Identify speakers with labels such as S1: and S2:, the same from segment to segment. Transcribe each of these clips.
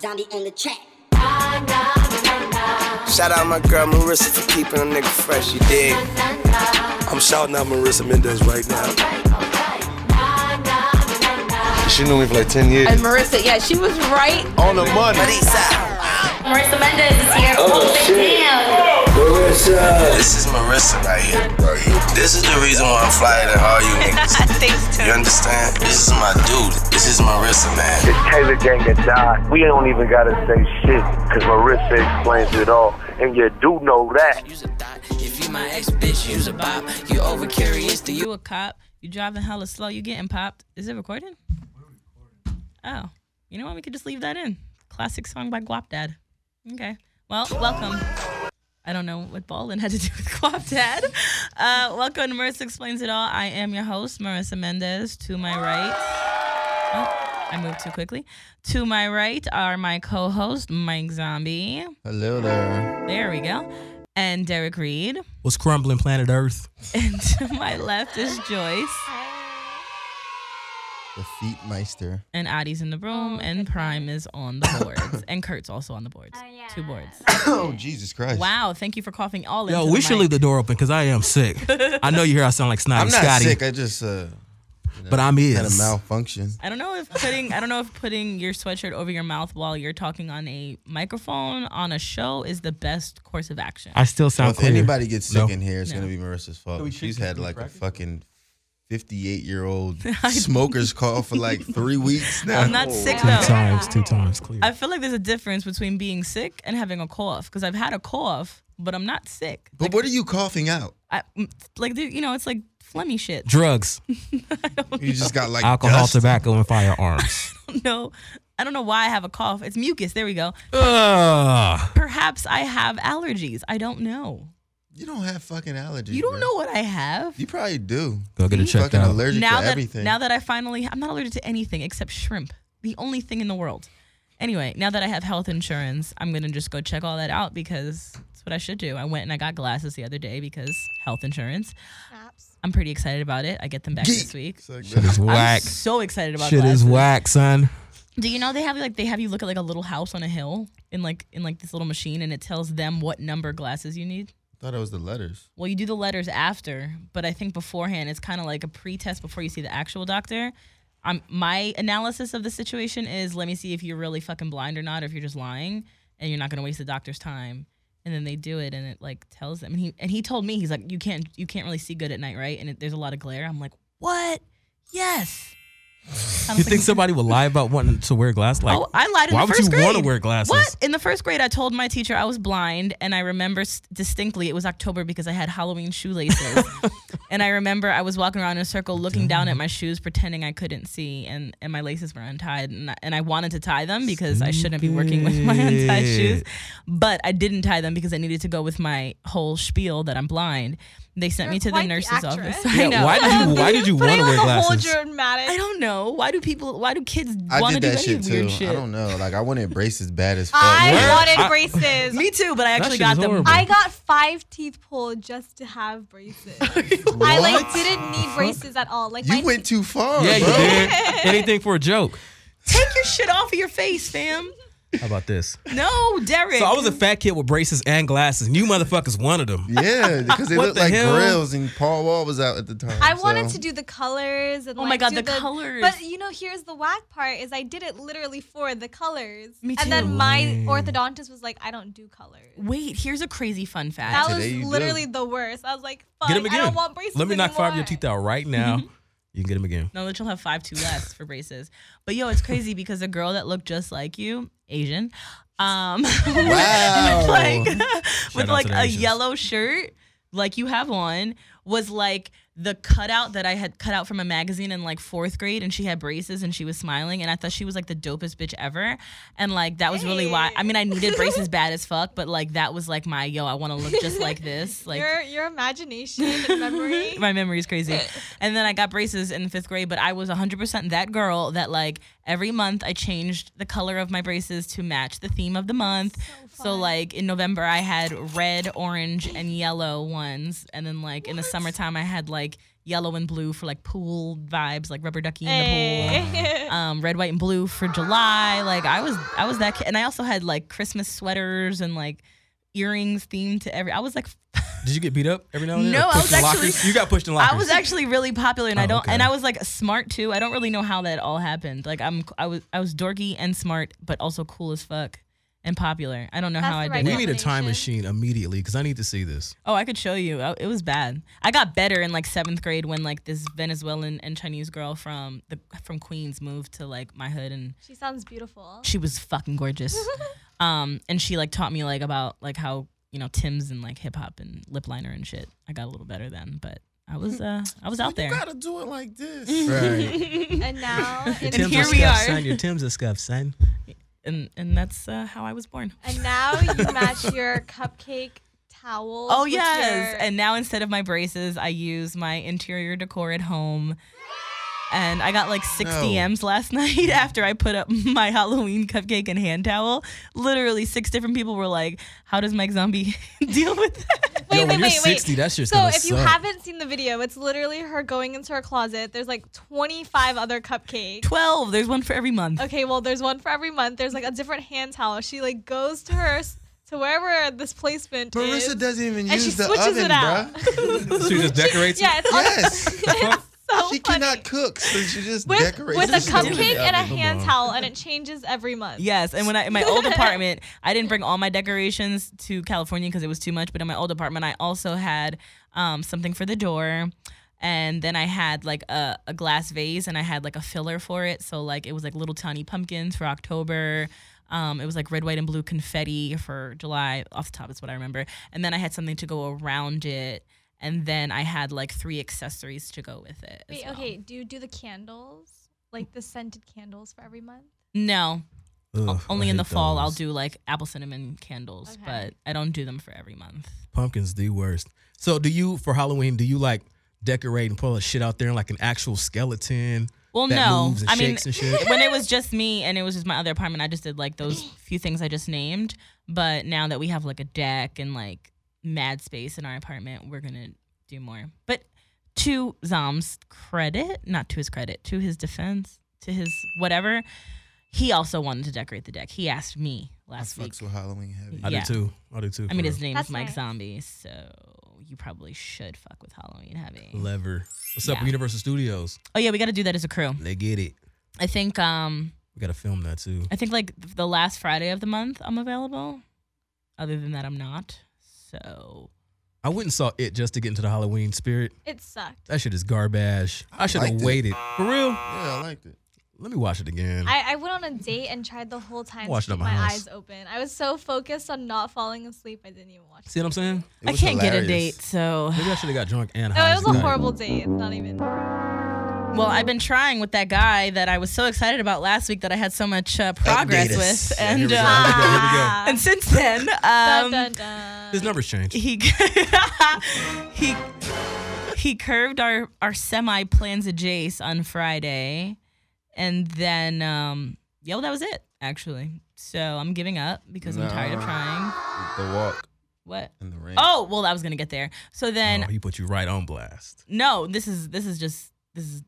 S1: Zombie on the track.
S2: Shout out my girl Marissa for keeping a nigga fresh, you dig?
S3: I'm shouting out Marissa Mendez right now. She knew me for like 10 years.
S4: And Marissa, yeah, she was right.
S3: On the money.
S5: Marissa Mendez is here.
S2: Oh,
S5: Hold
S2: shit.
S5: it down.
S2: Marissa. This is Marissa right here. This is the reason why I'm flyer than all you niggas.
S6: Thanks,
S2: You understand? This is my dude. This is Marissa, man.
S7: It's Taylor Gang and Don. We don't even gotta say shit, cause Marissa explains it all. And you do know that.
S8: Use a thought. If you my ex bitch, use a bop. You over curious to you.
S6: You a cop, you driving hella slow, you getting popped. Is it recorded? Oh, you know what? We could just leave that in. Classic song by Guap Dad. Okay. Well, welcome. I don't know what Baldwin had to do with Guap Dad. Uh, welcome to Marissa Explains It All. I am your host, Marissa Mendez. To my right, oh, I moved too quickly. To my right are my co host, Mike Zombie.
S9: Hello there.
S6: There we go. And Derek Reed.
S10: What's crumbling planet Earth?
S6: And to my left is Joyce.
S9: The feet meister.
S6: and Addie's in the room, and Prime is on the boards, and Kurt's also on the boards. Two boards.
S9: Oh Jesus Christ.
S6: Wow! Thank you for coughing all
S10: Yo,
S6: into
S10: we
S6: the
S10: should
S6: mic.
S10: leave the door open because I am sick. I know you hear I sound like Snotty
S9: I'm not
S10: Scotty,
S9: sick. I just uh,
S10: but I'm
S9: had a
S10: is.
S9: malfunction.
S6: I don't know if putting I don't know if putting your sweatshirt over your mouth while you're talking on a microphone on a show is the best course of action.
S10: I still sound
S9: If
S10: clear.
S9: anybody gets sick
S10: No.
S9: in here, it's
S6: No.
S9: gonna be Marissa's
S10: Can we
S9: fault. She's
S10: treat
S9: had
S10: this
S9: like a
S10: bracket?
S9: fucking 58 year old smoker's cough for like three weeks now.
S6: I'm not sick
S10: two
S6: though.
S10: times, two times clear.
S6: I feel like there's a difference between being sick and having a cough because I've had a cough, but I'm not sick.
S9: But what are you coughing out?
S6: I, like you know, it's like phlegmy shit.
S10: Drugs,
S9: You just got like
S10: alcohol,
S9: dust?
S10: tobacco, and firearms.
S6: No, I don't know why I have a cough. It's mucus. There we go.
S10: Ugh.
S6: Perhaps I have allergies. I don't know.
S9: You don't have fucking allergies.
S6: You don't
S9: bruh.
S6: know what I have.
S9: You probably do.
S10: Go get it
S9: You're
S10: checked
S9: fucking
S10: out.
S9: allergic
S6: now
S9: to
S6: that
S9: everything.
S6: now that I finally I'm not allergic to anything except shrimp. The only thing in the world. Anyway, now that I have health insurance, I'm gonna just go check all that out because that's what I should do. I went and I got glasses the other day because health insurance. I'm pretty excited about it. I get them back this week.
S9: It's like
S10: Shit is
S6: I'm
S10: whack.
S6: so excited about
S10: Shit is
S6: glasses.
S10: whack, son.
S6: Do you know they have like they have you look at like a little house on a hill in like in like this little machine and it tells them what number glasses you need?
S9: thought it was the letters.
S6: Well, you do the letters after, but I think beforehand it's kind of like a pre-test before you see the actual doctor. Um, my analysis of the situation is let me see if you're really fucking blind or not, or if you're just lying and you're not gonna waste the doctor's time. And then they do it, and it like tells them. And he and he told me he's like, you can't you can't really see good at night, right? And it, there's a lot of glare. I'm like, what? Yes. I
S10: You
S6: don't
S10: think somebody would lie about wanting to wear glass? Like,
S6: oh, I lied in
S10: why
S6: the
S10: would
S6: first
S10: you
S6: grade.
S10: want to wear glasses?
S6: What? In the first grade, I told my teacher I was blind, and I remember s- distinctly it was October because I had Halloween shoelaces. and I remember I was walking around in a circle looking down at my shoes, pretending I couldn't see, and, and my laces were untied. And I, and I wanted to tie them because I shouldn't be working with my untied shoes. But I didn't tie them because I needed to go with my whole spiel that I'm blind. They sent
S4: You're
S6: me to the
S4: quite the
S6: nurse's
S4: actress.
S6: office. I
S10: Yeah,
S6: know.
S10: Why did you? Why did you want
S4: Putting
S10: to
S4: on
S10: wear
S4: the whole
S10: glasses?
S4: dramatic.
S6: I don't know. Why do people? Why do kids
S9: I
S6: want to
S9: did
S6: do
S9: that
S6: any
S9: shit
S6: weird
S9: too.
S6: shit?
S9: I don't know. Like I wanted braces bad as fuck.
S4: I
S10: Word?
S4: wanted
S10: I-
S4: braces.
S6: Me too, but I actually
S10: shit
S6: got
S10: is
S6: them.
S10: horrible.
S4: I got five teeth pulled just to have braces. I like didn't need braces at all. Like
S9: you
S4: my
S9: went too far,
S10: Yeah, you
S9: bro.
S10: did. Anything for a joke.
S6: Take your shit off of your face, fam.
S10: How about this?
S6: No, Derek.
S10: So I was a fat kid with braces and glasses, and you motherfuckers wanted them.
S9: Yeah, because they
S10: What
S9: looked
S10: the
S9: like
S10: hell?
S9: grills, and Paul Wall was out at the time.
S4: I wanted
S9: so-
S4: to do the colors and
S6: Oh my
S4: like,
S6: God,
S4: do
S6: the colors.
S4: But you know, here's the whack part: is I did it literally for the colors,
S6: Me
S4: and
S6: too.
S4: then my orthodontist was like, "I don't do colors."
S6: Wait, here's a crazy fun fact.
S4: That was
S9: Today you do.
S4: literally the worst. I was like, "Fuck,
S10: Get them again.
S4: I don't want braces
S10: Let me knock
S4: anymore.
S10: five of your teeth out right now.
S6: Mm-hmm.
S10: You can get them again.
S6: No, that you'll have five two less for braces. But yo, it's crazy because a girl that looked just like you, Asian, um,
S9: Wow.
S6: with like with
S10: out
S6: like
S10: to the
S6: a
S10: Asians.
S6: yellow shirt, like you have on, was like the cutout that I had cut out from a magazine in like fourth grade, and she had braces and she was smiling, and I thought she was like the dopest bitch ever, and like that was really why. I mean, I needed braces bad as fuck, but like that was like my yo, I want to look just like this, like
S4: your your imagination and memory.
S6: my memory's crazy. And then I got braces in fifth grade, but I was 100% that girl that, like, every month I changed the color of my braces to match the theme of the month. So, like, in November, I had red, orange, and yellow ones. And then, like, in the
S4: Eh.
S6: summertime, I had, like, yellow and blue for, like, pool vibes, like rubber ducky in the pool.
S4: Hey.
S6: Um, um, red, white, and blue for July. Like I was, I was that kid, and I also had like Christmas sweaters and like earrings themed to every. I was like,
S10: Did you get beat up every now and then?
S6: No,
S10: Or
S6: I
S10: pushed
S6: was
S10: in
S6: actually-
S10: Lockers? You got pushed in lockers.
S6: I was actually really popular, and I
S10: Oh,
S6: don't,
S10: okay.
S6: and I was like smart too. I don't really know how that all happened. Like I'm, I was, I was dorky and smart, but also cool as fuck and popular. I don't know
S4: That's
S6: how I
S4: the
S6: did.
S4: right
S6: it.
S10: We need a time
S4: Combination.
S10: machine immediately because I need to see this.
S6: Oh, I could show you. I- It was bad. I got better in like seventh grade when like this Venezuelan and Chinese girl from the from Queens moved to like my hood, and
S4: She sounds beautiful.
S6: she was fucking gorgeous. um, and she like taught me like about like how you know Tim's and like hip hop and lip liner and shit. I got a little better then, but I was uh I was out there.
S9: gotta do it like this.
S4: Mm-hmm.
S9: Right.
S4: And now, in
S6: Tim's
S4: here
S6: a we scuff, are. son.
S10: Your Tim's a scuff, son.
S6: and and that's uh, how I was born.
S4: and now you match your cupcake towel.
S6: Oh yes, and now instead of my braces, I use my interior decor at home. And I got like six
S9: No.
S6: DMs last night after I put up my Halloween cupcake and hand towel. Literally, six different people were like, "How does Mike Zombie deal with that?"
S4: wait,
S10: Yo,
S4: wait,
S10: when you're
S4: wait, wait.
S10: 60, that shit's
S4: so
S10: gonna
S4: if you
S10: suck.
S4: haven't seen the video, it's literally her going into her closet. There's like 25 other cupcakes.
S6: Twelve. There's one for every month.
S4: Okay, well, there's one for every month. There's like a different hand towel. She like goes to her s- to wherever this placement is.
S9: Marissa doesn't even
S4: and she
S9: use the
S4: switches
S9: oven,
S4: it out.
S9: bruh.
S10: So you just decorates
S4: yeah, it's on-
S9: Yes.
S4: it's so
S9: she
S4: funny.
S9: cannot cook, so she just
S4: with,
S9: decorates.
S4: with a
S9: the shit in the
S4: cupcake and a
S9: oven.
S4: hand towel, and it changes every month.
S6: Yes, and when I in my old apartment, I didn't bring all my decorations to California because it was too much. But in my old apartment, I also had um, something for the door, and then I had like a, a glass vase, and I had like a filler for it. So like it was like little tiny pumpkins for October. Um, it was like red, white, and blue confetti for July. Off the top is what I remember. And then I had something to go around it, and then I had like three accessories to go with it. as
S4: Wait,
S6: well.
S4: okay, do you do the candles? Like the scented candles for every month?
S6: No,
S10: Ugh,
S6: only
S10: I
S6: in the
S10: hate
S6: fall I'll
S10: those.
S6: do like apple cinnamon candles,
S4: Okay.
S6: but I don't do them for every month.
S10: Pumpkins the worst. So do you for Halloween? Do you like decorate and pull a shit out there like an actual skeleton?
S6: Well,
S10: that
S6: no,
S10: moves and
S6: I mean
S10: shakes and shit.
S6: when it was just me and it was just my other apartment, I just did like those few things I just named. But now that we have like a deck and like mad space in our apartment, we're gonna do more. But to Zom's credit, not to his credit, to his defense, to his whatever, he also wanted to decorate the deck. He asked me
S9: I
S6: last week.
S9: fucks with Halloween heavy.
S10: I
S6: yeah.
S10: do too. I do too.
S6: I mean,
S10: for
S6: his
S10: real.
S6: name's
S4: That's
S6: Mike
S4: nice.
S6: Zombie, so you probably should fuck with Halloween heavy.
S10: Lever. What's up
S6: Yeah.
S10: with Universal Studios?
S6: Oh yeah, we got to do that as a crew.
S10: They get it.
S6: I think um
S10: We gotta film that too.
S6: I think like the last Friday of the month I'm available. Other than that, I'm not. So
S10: I went and saw it just to get into the Halloween spirit.
S4: It sucked.
S10: That shit is garbage. I should
S9: liked
S10: have
S9: it.
S10: waited. For real?
S9: Yeah, I liked it.
S10: Let me watch it again.
S4: I, I went on a date and tried the whole time
S10: Watched
S4: to
S10: it
S4: keep
S10: at my
S4: my
S10: house.
S4: eyes open. I was so focused on not falling asleep, I didn't even watch.
S10: See what I'm saying?
S9: It
S6: I
S9: was
S6: can't get a
S9: hilarious.
S6: date. So
S10: Maybe I should have got drunk and
S4: No,
S10: high
S4: it
S10: as
S4: was a
S10: fuck.
S4: horrible date. It's not even.
S6: well, I've been trying with that guy that I was so excited about last week that I had so much uh, progress
S9: Update us.
S6: with,
S9: Yeah, here
S6: and
S9: we go,
S6: uh,
S9: here we go, here we go.
S4: Ah.
S6: and since then,
S4: Dun,
S6: um,
S4: dun, dun.
S10: His numbers changed.
S6: he he he curved our our semi plans a jace on Friday, and then um yeah, well, that was it actually. So I'm giving up because I'm tired of
S9: No.
S6: trying.
S9: The walk
S6: What?
S9: and the rain.
S6: Oh well, I was gonna get there. So then
S10: oh, he put you right on blast.
S6: no, this is this is just this is.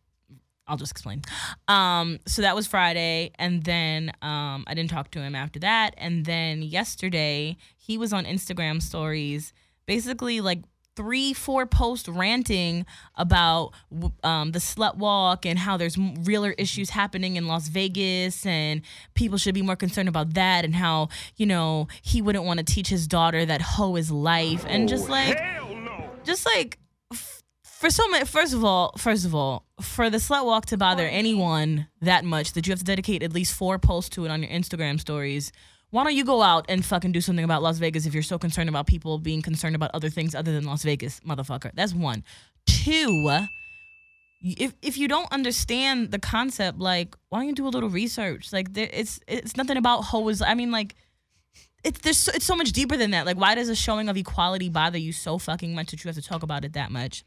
S6: I'll just explain. Um, so that was Friday, and then um, I didn't talk to him after that. And then yesterday, he was on Instagram stories, basically like three, four posts ranting about w- um, the slut walk and how there's m- realer issues happening in Las Vegas, and people should be more concerned about that, and how you know he wouldn't want to teach his daughter that hoe is life, and just like just like f- for so many first of all first of all for the slut walk to bother anyone that much that you have to dedicate at least four posts to it on your instagram stories why don't you go out and fucking do something about las vegas if you're so concerned about people being concerned about other things other than las vegas motherfucker that's one two if if you don't understand the concept like why don't you do a little research like there, it's it's nothing about hoe is i mean like it's there's so, it's so much deeper than that. Like, why does a showing of equality bother you so fucking much that you have to talk about it that much?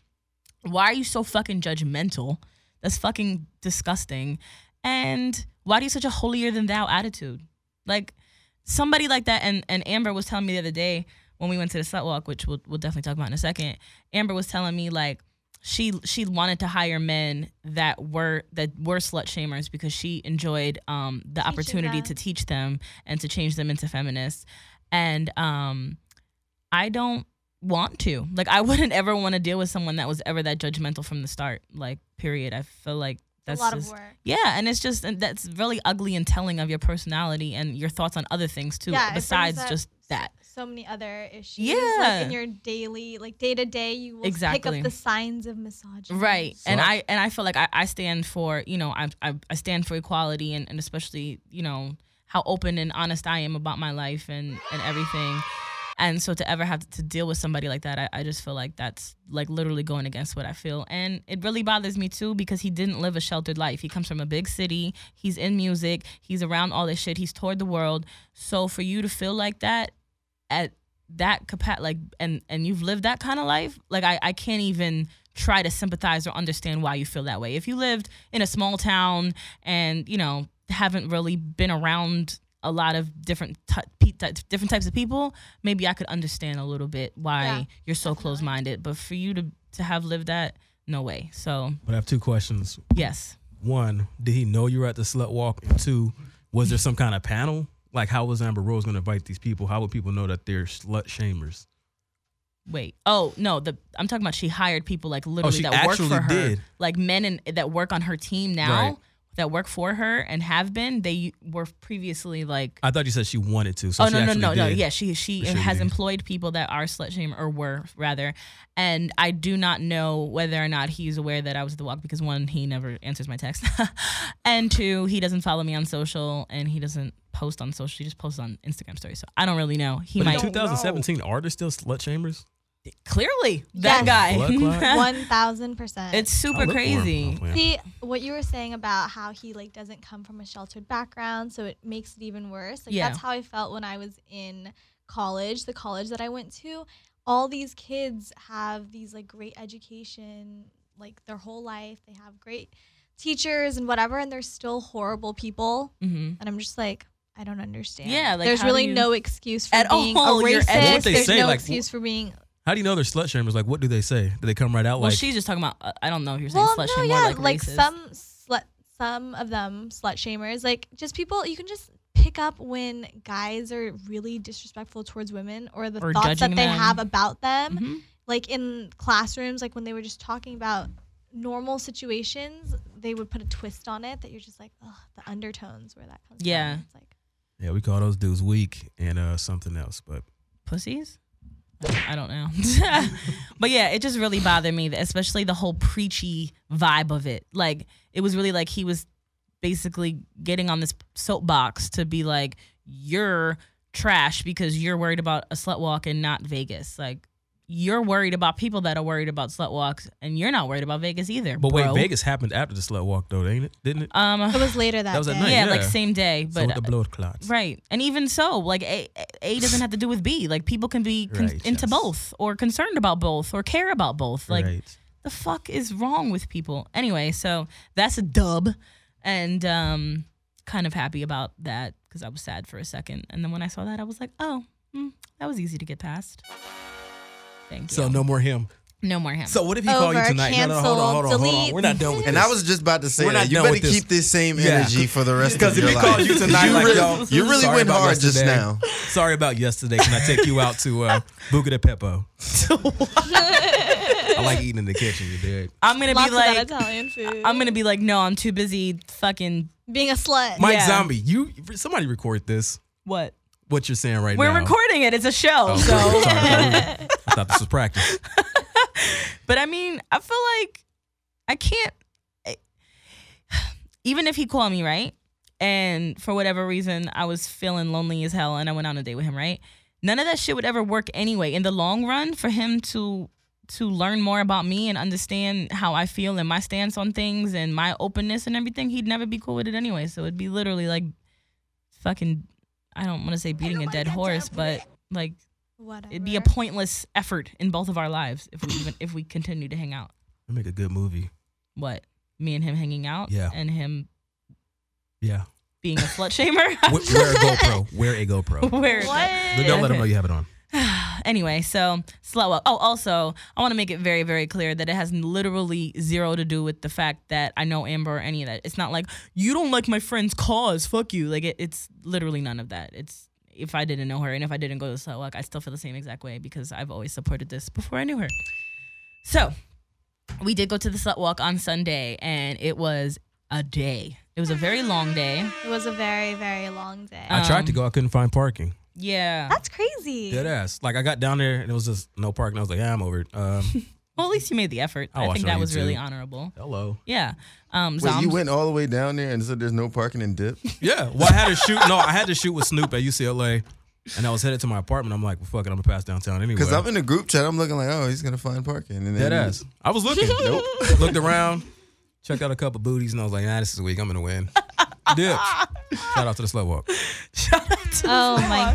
S6: Why are you so fucking judgmental? That's fucking disgusting. And why do you have such a holier than thou attitude? Like somebody like that, and and Amber was telling me the other day when we went to the slut walk, which we'll we'll definitely talk about in a second. Amber was telling me like she she wanted to hire men that were that were slut shamers because she enjoyed um, the opportunity
S4: them.
S6: to teach them and to change them into feminists. And um, I don't want to. Like I wouldn't ever want to deal with someone that was ever that judgmental from the start. Like period. I feel like that's
S4: a lot
S6: just-
S4: of work.
S6: yeah, and it's just and that's really ugly and telling of your personality and your thoughts on other things too,
S4: Yeah, it brings
S6: besides
S4: up
S6: just that.
S4: So many other issues.
S6: Yeah.
S4: Like in your daily, like day to day, you will
S6: Exactly.
S4: pick up the signs of misogyny.
S6: Right, and
S10: So-
S6: I and I feel like I, I stand for you know I, I I stand for equality and and especially you know how open and honest I am about my life and and everything, and so to ever have to deal with somebody like that, I, I just feel like that's like literally going against what I feel, and it really bothers me too because he didn't live a sheltered life. He comes from a big city. He's in music. He's around all this shit. He's toured the world. So for you to feel like that at that capa- like and and you've lived that kind of life like I, I can't even try to sympathize or understand why you feel that way if you lived in a small town and you know haven't really been around a lot of different ty- pe- ty- different types of people maybe i could understand a little bit why
S4: Yeah,
S6: you're so close-minded but for you to to have lived that no way so
S10: But I have two questions.
S6: yes
S10: One, did he know you were at the slut walk? And two, was there some kind of panel? Like, how was Amber Rose going to invite these people? How would people know that they're slut shamers?
S6: wait oh no the i'm talking about she hired people like literally
S10: Oh, she
S6: that work
S10: actually
S6: for her
S10: did.
S6: like men and that work on her team now
S10: Right.
S6: that work for her and have been they were previously like
S10: I thought you said she wanted to. So
S6: oh
S10: she
S6: no no
S10: actually
S6: no no
S10: did.
S6: yeah she she
S10: Or she
S6: has
S10: did.
S6: employed people that are slut shamer or were rather and i do not know whether or not he's aware that i was at the walk because one he never answers my text and two he doesn't follow me on social and he doesn't post on social he just posts on instagram stories so i don't really know he
S10: But in
S6: might
S10: 2017, are there still slut chambers?
S6: clearly that
S4: Yes.
S10: Blood
S6: guy
S10: clot?
S4: One thousand percent.
S6: it's
S10: I'll
S6: super
S10: look for 'em. Oh,
S6: crazy
S10: I'll play 'em.
S4: See what you were saying about how he like doesn't come from a sheltered background, so it makes it even worse. Like
S6: Yeah.
S4: that's how I felt when I was in college, the college that I went to. All these kids have these like great education, like their whole life. They have great teachers and whatever, and they're still horrible people.
S6: hmm
S4: And I'm just like, I don't understand.
S6: Yeah, like,
S4: there's
S6: how do
S4: really
S6: you-
S4: no excuse for
S6: At
S4: being
S6: all,
S4: a
S6: you're
S4: racist.
S6: educated.
S10: What they
S4: there's
S10: say,
S4: no
S10: like,
S4: excuse for being
S10: How do you know they're slut shamers? Like, what do they say? Do they come right out
S6: well
S10: like,
S6: she's just talking about uh, i don't know if you're saying slut shamer
S4: yeah,
S6: like, racist.
S4: some slut, some of them slut shamers, like just people you can just pick up when guys are really disrespectful towards women or the
S6: Or
S4: thoughts that
S6: judging
S4: they
S6: them.
S4: have about them,
S6: Mhm.
S4: like in classrooms, like when they were just talking about normal situations, they would put a twist on it that you're just like, oh, the undertones where that comes. from."
S6: Yeah.
S4: it's like
S10: yeah, we call those dudes weak and uh, something else. But
S6: pussies I don't know. but yeah, it just really bothered me, especially the whole preachy vibe of it. Like, it was really like he was basically getting on this soapbox to be like, you're trash because you're worried about a slut walk and not Vegas. Like, you're worried about people that are worried about slut walks and you're not worried about Vegas either.
S10: but
S6: bro.
S10: wait, Vegas happened after the slut walk though, didn't it? Didn't it?
S6: Um,
S4: it was later that,
S10: That was at
S4: day.
S10: night.
S6: yeah,
S10: yeah.
S6: like same day.
S10: so
S6: But uh,
S10: with the blood clots.
S6: Right. And even so, like A, A doesn't have to do with B. Like people can be con-
S10: Right,
S6: into
S10: yes.
S6: both or concerned about both or care about both. Like
S10: right.
S6: the fuck is wrong with people? Anyway, so that's a dub. And um kind of happy about that because I was sad for a second. And then when I saw that, I was like, oh, hmm, that was easy to get past. Thank you.
S10: So no more him.
S6: no more him.
S10: So what if he
S4: Over,
S10: called you tonight?
S4: cancel, delete.
S10: We're not done with
S9: And
S10: this.
S9: I was just about to say
S10: We're not
S9: that. You
S10: done
S9: better
S10: with this.
S9: keep this same
S10: Yeah.
S9: energy for the rest of
S10: Because if
S9: your
S10: he
S9: life.
S10: called you tonight,
S9: you
S10: like,
S9: really,
S10: yo,
S9: you really
S10: sorry
S9: went
S10: about
S9: hard just
S10: yesterday.
S9: now.
S10: Sorry about yesterday. Can I take you out to uh, Buca de Pepo? I like eating in the kitchen. You dig?
S6: I'm gonna
S4: Lots
S6: be
S4: of that
S6: like
S4: Italian food.
S6: I'm gonna be like, no, I'm too busy fucking
S4: being a slut.
S10: Mike
S6: Yeah.
S10: Zombie, you somebody record this.
S6: what?
S10: What you're saying right
S6: We're
S10: now?
S6: recording it. It's a show.
S10: Oh,
S6: so
S10: sorry, sorry. I thought this was practice.
S6: But I mean, I feel like I can't. I- Even if he called me, right? And for whatever reason, I was feeling lonely as hell and I went on a date with him, right? None of that shit would ever work anyway. In the long run, for him to to learn more about me and understand how I feel and my stance on things and my openness and everything, he'd never be cool with it anyway. So it'd be literally like fucking I don't want to say beating a dead horse, but like
S4: Whatever.
S6: it'd be a pointless effort in both of our lives if we even if we continue to hang out.
S10: I make a good movie.
S6: What me and him hanging out,
S10: Yeah.
S6: and him
S10: Yeah.
S6: being a slut shamer.
S10: We- Wear a GoPro. Wear a GoPro.
S6: Where?
S4: What?
S10: Don't let him know you have it on.
S6: Anyway, so slut walk. Oh, also, I want to make it very, very clear that it has literally zero to do with the fact that I know Amber or any of that. It's not like you don't like my friend's cause. Fuck you. Like it, it's literally none of that. It's if I didn't know her and if I didn't go to slut walk, I still feel the same exact way because I've always supported this before I knew her. So we did go to the slut walk on Sunday, and it was a day. It was a very long day.
S4: It was a very, very long day.
S6: Uh,
S10: I tried to go. I couldn't find parking.
S6: Yeah.
S4: That's crazy.
S10: Dead ass. Like I got down there and it was just no parking. I was like, yeah, I'm over it. Um,
S6: Well, at least you made the effort.
S9: Oh,
S10: I
S6: I,
S10: watched
S6: think
S10: it on
S6: that was really
S10: YouTube.
S6: honorable.
S10: hello.
S6: Yeah. Um,
S9: Wait, you
S6: Zom's-
S9: went all the way down there and said there's no parking in Dip?
S10: Yeah. Well, I had to shoot. No, I had to shoot with Snoop at UCLA, and I was headed to my apartment. I'm like, well, fuck it, I'm gonna pass downtown anyway.
S9: Because I'm in the group chat. I'm looking like, oh, he's gonna find parking. And then
S10: dead
S9: he
S10: ass.
S9: just-
S10: I was looking. nope. Looked around, checked out a couple booties, and I was like, nah, this is weak. I'm gonna win. Dips. Shout out to the slow walk.
S4: Oh my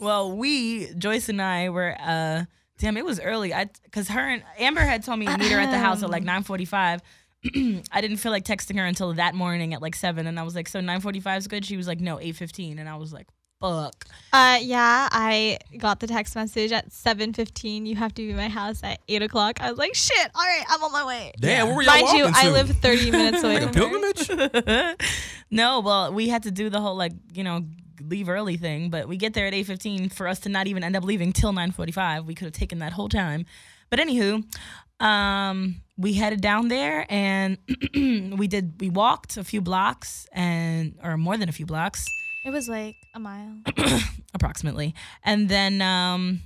S6: Well, we Joyce and I were. uh Damn, it was early. I because her and Amber had told me to meet her at the house at like nine forty five. I didn't feel like texting her until that morning at like seven, and I was like, "So nine forty five is good." She was like, "No, eight 15. and I was like, "Fuck."
S4: Uh, yeah, I got the text message at 7:15. You have to be at my house at 8 o'clock. I was like, shit. All right, I'm on my way.
S10: Damn, where were y'all
S4: Mind
S10: walking
S4: you,
S10: to?
S4: I live 30 minutes away
S10: like a
S4: from her.
S10: pilgrimage.
S6: no, well, we had to do the whole like you know leave early thing, but we get there at eight fifteen for us to not even end up leaving till nine forty five. We could have taken that whole time, but anywho, um, we headed down there and we did we walked a few blocks and or more than a few blocks
S4: It was like a mile.
S6: approximately. And then um,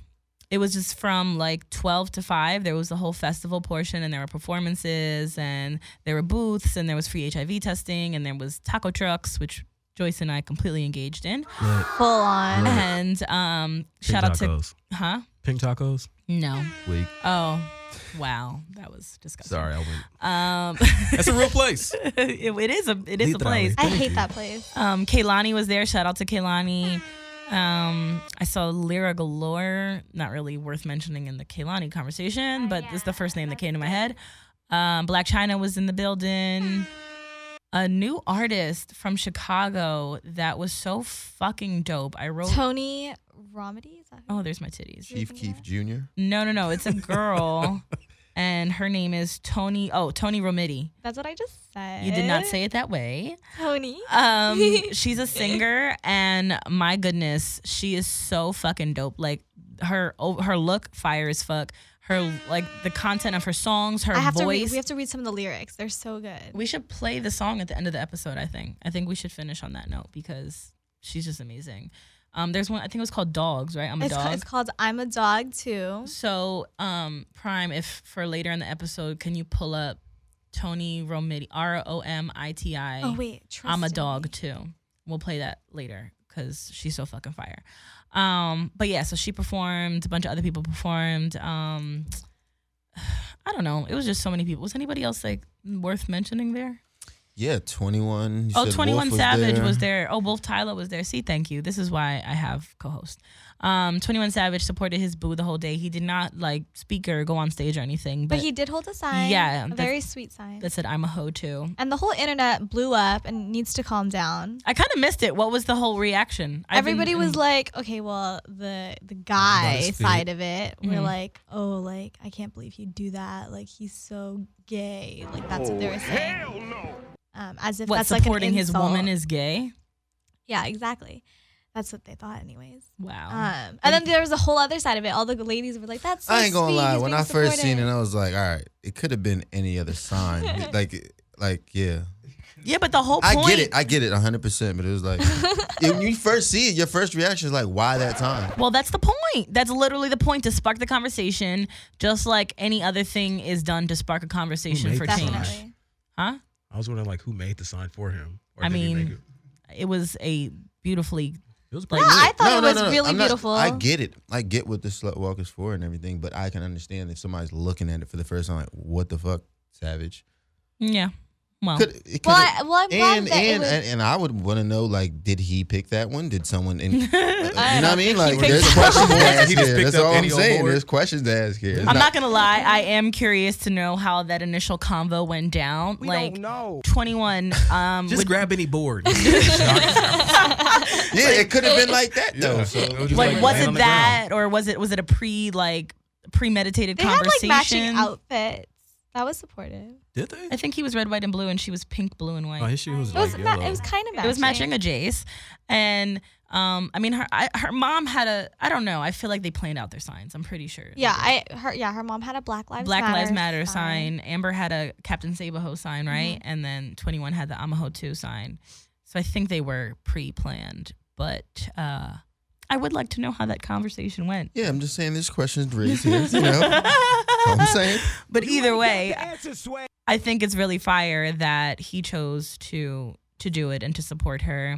S6: it was just from like 12 to 5. There was the whole festival portion, and there were performances, and there were booths, and there was free HIV testing, and there was taco trucks, which Joyce and I completely engaged in.
S4: Full on.
S6: And um, shout out to.
S10: tacos.
S6: Huh?
S10: Pink tacos.
S6: No.
S10: Weak.
S6: Oh, wow. That was disgusting.
S10: Sorry, I went.
S6: Um,
S10: That's a real place.
S6: it, it is a, it is a
S10: Literally.
S6: place.
S4: I hate that place.
S6: Um, Kaylani was there. Shout out to Kaylani. Um, I saw Lyra Galore. Not really worth mentioning in the Kaylani conversation, but it's the first name that came to my head. Um, Black China was in the building. A new artist from Chicago that was so fucking dope. I wrote.
S4: Tony Romedy? Is that who?
S6: Oh, there's my titties.
S9: Chief Keef Jr.
S6: No, no, no. It's a girl, and her name is Tony. Oh, Tony Romiti.
S4: That's what I just said. Uh,
S6: You did not say it that way.
S4: Tony.
S6: Um, she's a singer, and my goodness, she is so fucking dope. Like her, oh, her look, fire as fuck. Her like the content of her songs, her
S4: I have to read,
S6: voice.
S4: we have to read some of the lyrics. They're so good.
S6: we should play the song at the end of the episode. I think. I think we should finish on that note because she's just amazing. Um, there's one I think it was called Dogs, right? I'm a
S4: It's, ca-
S6: dog.
S4: it's called I'm a Dog Too.
S6: So, um, Prime, if for later in the episode, can you pull up Tony Romiti, R O M I T I?
S4: Oh, wait. Trust
S6: I'm a
S4: in
S6: dog
S4: Me.
S6: too. We'll play that later because she's so fucking fire. Um, but yeah, so she performed. A bunch of other people performed. Um, I don't know. It was just so many people. Was anybody else like worth mentioning there?
S9: Yeah, 21. You
S6: Oh,
S9: said
S6: 21
S9: Wolf
S6: Savage was there. Oh, Wolf Tyler was there. See, thank you. This is why I have co-host. Um, 21 Savage supported his boo the whole day. He did not like speak or go on stage or anything,
S4: But
S6: but,
S4: he did hold a sign.
S6: Yeah,
S4: A
S6: that's-
S4: very sweet sign.
S6: that said, "I'm a hoe too."
S4: And the whole internet blew up and needs to calm down.
S6: I kind of missed it. What was the whole reaction? I've been-
S4: Everybody was
S6: mm,
S4: like, okay, well, the the guy
S10: Buzzfeed.
S4: side of it, we're
S6: Mhm.
S4: like, oh, like I can't believe he'd do that. Like he's so gay. Like that's what they
S9: Oh,
S4: were saying. Um, as if
S6: what,
S4: that's like an
S6: supporting his
S4: insult.
S6: woman is gay.
S4: yeah, exactly. That's what they thought, anyways.
S6: Wow.
S4: Um, and then there was a whole other side of it. All the ladies were like, that's so
S9: I ain't gonna
S4: sweet.
S9: lie.
S4: He's
S9: When
S4: being
S9: I first seen it,
S4: supportive."
S9: I was like, all right, it could have been any other sign. like, like yeah.
S6: yeah, but the whole
S9: I
S6: point.
S9: get it. I get it 100%. But it was like, when you first see it, your first reaction is like, why that time?
S6: Well, that's the point. That's literally the point to spark the conversation, just like any other thing is done to spark a conversation
S10: made
S6: for
S10: the
S6: change.
S10: sign?
S4: Definitely.
S6: Huh?
S10: I was wondering like who made the sign for him. Or
S6: I
S10: did he make
S6: mean,
S10: it?
S6: It was a beautifully
S10: It was
S4: No,
S10: pretty lit.
S4: I thought
S9: No,
S4: it
S9: no,
S4: was
S9: no, no.
S4: really
S9: I'm not-
S4: beautiful.
S9: I get it. I get what the slut walk is for and everything, but I can understand if somebody's looking at it for the first time, like, what the fuck, savage?
S6: yeah. Well,
S9: Could, it could
S4: Well, I, well, I'm glad
S9: and,
S4: that
S9: and,
S4: it was.
S9: and and I would want to know like, did he pick that one? Did someone? And, you know what I mean? Like,
S6: picked
S9: there's
S6: that
S9: questions to
S6: one.
S9: ask
S10: He just
S9: here.
S10: picked
S9: That's
S10: up
S9: all
S10: any
S9: I'm
S10: old
S9: saying.
S10: board.
S9: There's questions to ask here. It's
S6: I'm not gonna lie. I am curious to know how that initial convo went down. like 21. Um,
S10: Just
S6: would-
S10: grab any board.
S9: yeah, it could have been like that though.
S10: Yeah.
S9: So
S10: It was just
S6: like,
S10: like
S6: was
S10: laying on
S6: it
S10: the
S6: that, or was it was it a pre like premeditated
S4: They had like
S6: conversation?
S4: matching outfits. That was supportive.
S10: Did they?
S6: I think he was red, white, and blue, and she was pink, blue, and white.
S10: Oh, his shoe was
S4: It was
S10: like
S4: ma-
S10: yellow.
S4: it was kind of matching.
S6: It was matching a Jace, and um, I mean her I, her mom had a I don't know. I feel like they planned out their signs. I'm pretty sure.
S4: Yeah, I her yeah her mom had a Black Lives
S6: Black
S4: Matter Mm-hmm.
S6: Lives Matter sign. Amber had a Captain Sabaho sign, right? And then 21 had the Amaho 2 sign. So I think they were pre-planned, but uh, I would like to know how that conversation went.
S9: yeah, I'm just saying there's questions raised here. You know, I'm saying.
S6: But either way, I think it's really fire that he chose to to do it and to support her.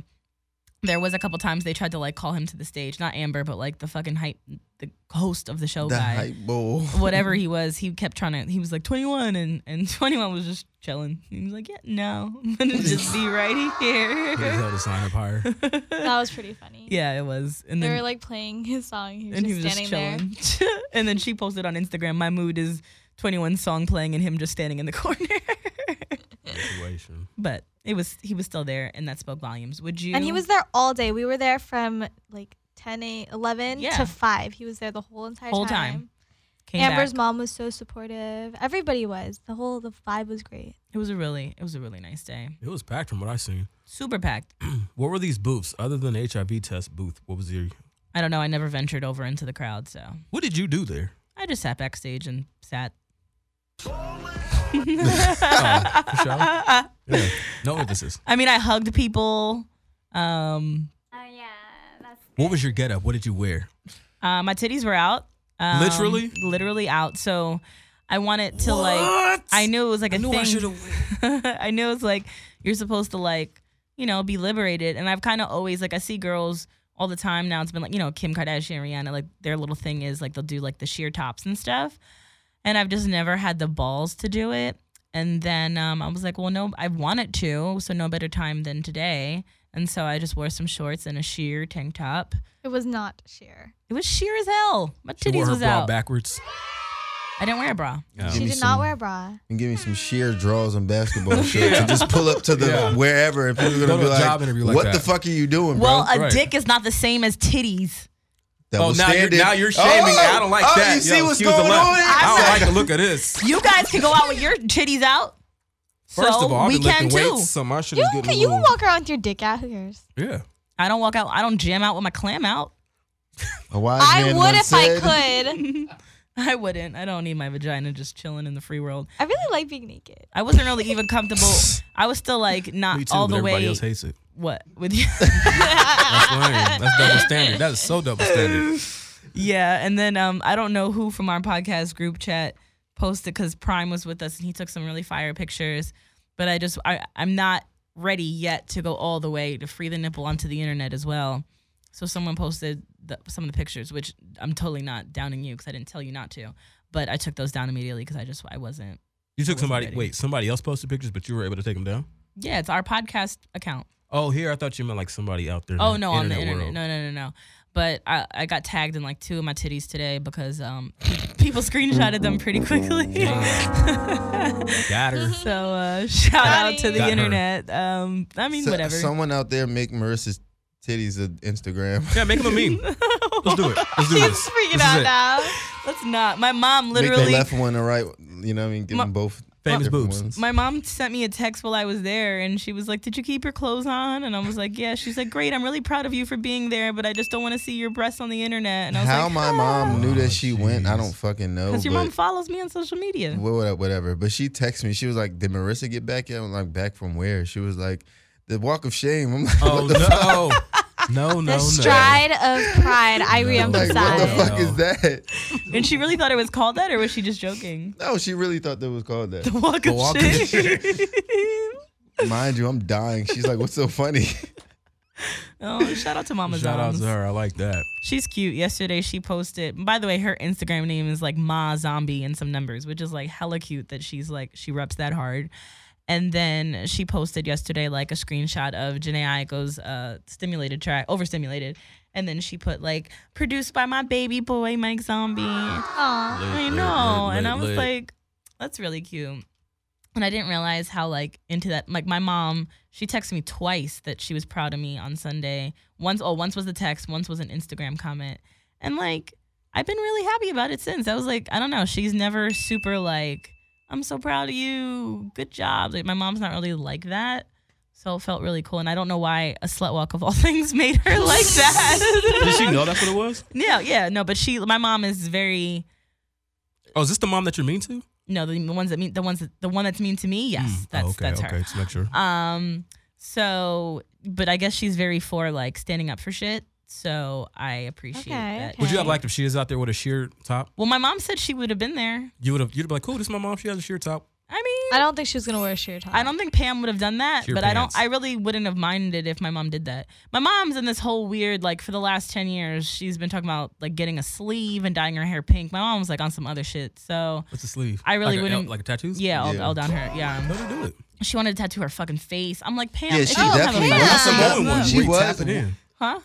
S6: There was a couple times they tried to like call him to the stage, not Amber, but like the fucking hype, the host of the
S10: Oh,
S6: show
S9: The
S6: guy.
S9: hype bowl.
S6: whatever he was, he kept trying to. He was like 21, and and 21 was just chilling. He was like, yeah, no, I'm gonna just be right
S10: He just
S6: here.
S10: held a sign up higher.
S4: That was pretty funny.
S6: yeah, it was. And
S4: they were
S6: then
S4: like playing his song. He was
S6: and he
S4: just
S6: was just
S4: standing there.
S6: chilling. and then she posted on Instagram, my mood is 21 song playing and him just standing in the corner.
S10: Situation.
S6: but it was he was still there, and that spoke volumes. Would you?
S4: And he was there all day. We were there from like 10, 8, 11
S6: Yeah.
S4: to 5. He was there the whole entire
S6: Whole time.
S4: time.
S6: came
S4: Amber's
S6: back.
S4: mom was so supportive. Everybody was. The whole the vibe was great.
S6: It was a really it was a really nice day.
S10: It was packed from what I seen.
S6: Super packed.
S10: What were these booths other than the HIV test booth? What was your?
S6: I don't know. I never ventured over into the crowd, so
S10: What did you do there?
S6: I just sat backstage and sat
S10: Oh, for sure. Yeah. No emphasis.
S6: I mean, I hugged people. Um,
S10: What was your getup? What did you wear?
S6: uh, my titties were out. Um,
S10: Literally?
S6: literally out. So I wanted to like.
S10: What?
S6: I knew it was like a
S10: knew I
S6: thing.
S10: should've-
S6: I knew it was like you're supposed to like you know be liberated, and I've kind of always like I see girls all the time now. It's been like you know Kim Kardashian, Rihanna, like their little thing is like they'll do like the sheer tops and stuff, and I've just never had the balls to do it. And then um, I was like, well, no, I wanted to, so no better time than today. And so I just wore some shorts and a sheer tank top.
S4: It was not sheer.
S6: It was sheer as hell. My
S10: She
S6: titties
S10: wore her
S6: was
S10: bra
S6: out.
S10: backwards. Um,
S6: I didn't wear a bra.
S9: Give
S4: She
S9: me
S4: did not
S9: some-
S4: wear a bra.
S9: And give me some sheer draws and basketball shirts and just pull up to the wherever and people are
S10: Go
S9: gonna
S10: to
S9: be
S10: a
S9: like,
S10: job interview like
S9: "What the
S10: that."
S9: fuck are you doing, bro?"
S6: Well, a
S10: Right.
S6: dick is not the same as titties.
S9: Double
S10: Oh, now you're-
S9: standard.
S10: now you're shaming. I don't like
S9: oh,
S10: that.
S9: you see
S10: Yo,
S9: what's
S10: excuse
S9: going
S10: the
S9: on?
S10: left.
S9: here?
S10: I don't like the look of this.
S6: You guys can go out with your titties out.
S10: First
S6: so
S10: of all, I've
S6: we
S10: been
S6: can
S10: lifting
S6: too.
S10: weights. Some I should
S4: You
S10: have
S4: can,
S10: getting a
S4: you can
S10: little-
S4: walk around with your dick out. Who cares?
S10: Yeah.
S6: I don't walk out. I don't jam out with my clam out.
S9: A wise
S4: I
S9: man
S4: would
S9: once
S4: if
S9: said-
S4: I could.
S6: I wouldn't. I don't need my vagina just chilling in the free world.
S4: I really like being naked.
S6: I wasn't really even comfortable. I was still like
S10: Me
S6: not
S10: too,
S6: Uh, all
S10: but
S6: the
S10: everybody
S6: way.
S10: else hates it.
S6: What with you?
S10: That's lame. That's double standard. That is so double standard.
S6: Yeah, and then um, I don't know who from our podcast group chat posted because Prime was with us and he took some really fire pictures. But I just I I'm not ready yet to go all the way to free the nipple onto the internet as well. So someone posted the, some of the pictures, which I'm totally not downing you because I didn't tell you not to. But I took those down immediately because I just I wasn't.
S10: You took somebody.
S6: ready.
S10: Wait, somebody else posted pictures, but you were able to take them down.
S6: Yeah, it's our podcast account.
S10: Oh, here I thought you meant like somebody out there. in
S6: Oh no, on the internet.
S10: world.
S6: No, no, no, no. But I, I got tagged in like two of my titties today because um people screenshotted them pretty quickly.
S10: Got her.
S6: So uh, shout out to the
S10: Got her.
S6: internet. Um, I mean,
S9: So- uh,
S6: whatever.
S9: Someone out there make Marissa's titties an Instagram.
S10: Yeah, make him a meme. Let's do it. Let's do this.
S4: Freaking
S10: This is
S4: out
S10: it.
S4: now.
S6: Let's not. My mom
S9: Make the
S6: literally.
S9: left one and right. You know what I mean? Give
S6: My-
S9: them both.
S10: Famous
S9: different
S10: boobs.
S9: ones.
S6: My mom sent me a text while I was there, and she was like, "Did you keep your clothes on?" And I was like, "Yeah." She's like, "Great, I'm really proud of you for being there, but I just don't want to see your breasts on the internet." And I was
S9: How
S6: like,
S9: my mom knew that she went, I
S10: Oh, jeez.
S9: don't fucking know.
S6: Because your
S9: but
S6: mom follows me on social media.
S9: wha- whatever, whatever. But she texted me. She was like, "Did Marissa get back yet?" I'm like, "Back from where?" She was like, "The walk of shame." I'm like,
S10: Oh
S9: "What the fuck?"
S10: no. No, Oh, no,
S4: The
S10: no.
S4: stride of pride. I
S9: I'm like, what
S4: reemphasize.
S9: the
S10: Sorry.
S9: fuck is that?
S6: And she really thought it was called that, or was she just joking?
S9: No, she really thought that was called that.
S6: Walk of
S10: walk of
S6: shame.
S9: Mind you, I'm dying. She's like, "What's so funny?"
S6: oh, shout out to Mama
S10: Shout out
S6: Zoms.
S10: to her. I like that.
S6: She's cute. Yesterday she posted. By the way, her Instagram name is like Ma Zombie and some numbers, which is like hella cute that she's like she reps that hard. And then she posted yesterday like a screenshot of Janae Aiko's uh, stimulated track, overstimulated. And then she put like produced by my baby boy Mike Zombie.
S4: Aw.
S6: I know, and I was like, that's really cute. And I didn't realize how like into that. Like my mom, she texted me twice that she was proud of me on Sunday. Once, oh, once was the text, once was an Instagram comment, and like I've been really happy about it since. I was like, I don't know, she's never super like, I'm so proud of you, good job. Like my mom's not really like that. So it felt really cool, and I don't know why a slut walk of all things made her like that.
S10: Did she know that's what it was?
S6: Yeah, yeah, no, but she, my mom is very
S10: Oh, is this the mom that you're mean to?
S6: no, the, the ones that mean the ones that, the one that's mean to me. Yes,
S10: Mm.
S6: that's
S10: oh, okay,
S6: that's
S10: okay.
S6: her.
S10: Just make sure.
S6: Um, so, but I guess she's very for like standing up for shit. So I appreciate
S4: Okay,
S6: that.
S10: Would you have
S4: okay.
S10: liked if she is out there with a sheer top?
S6: Well, my mom said she would have been there.
S10: You would have. You'd be like, cool. This is my mom. She has a sheer top.
S6: I mean,
S4: I don't think she was gonna wear a sheer top.
S6: I don't think Pam would have done that,
S10: Sheer
S6: but
S10: pants.
S6: I don't. I really wouldn't have minded if my mom did that. My mom's in this whole weird like for the last ten years, she's been talking about like getting a sleeve and dyeing her hair pink. My mom was like on some other shit, so
S10: What's the sleeve?
S6: I really
S10: like a-
S6: wouldn't-
S10: like tattoos.
S6: yeah, all,
S9: Yeah.
S6: all down her. Yeah,
S10: No, they do it.
S6: she wanted to tattoo her fucking face. I'm like Pam.
S9: Yeah,
S6: if
S9: she
S6: you don't have a
S9: definitely.
S6: face-
S9: wants
S10: That's
S9: to
S10: the
S9: tap-
S10: moment when
S9: she
S10: we
S9: was-
S10: tapping in.
S6: huh?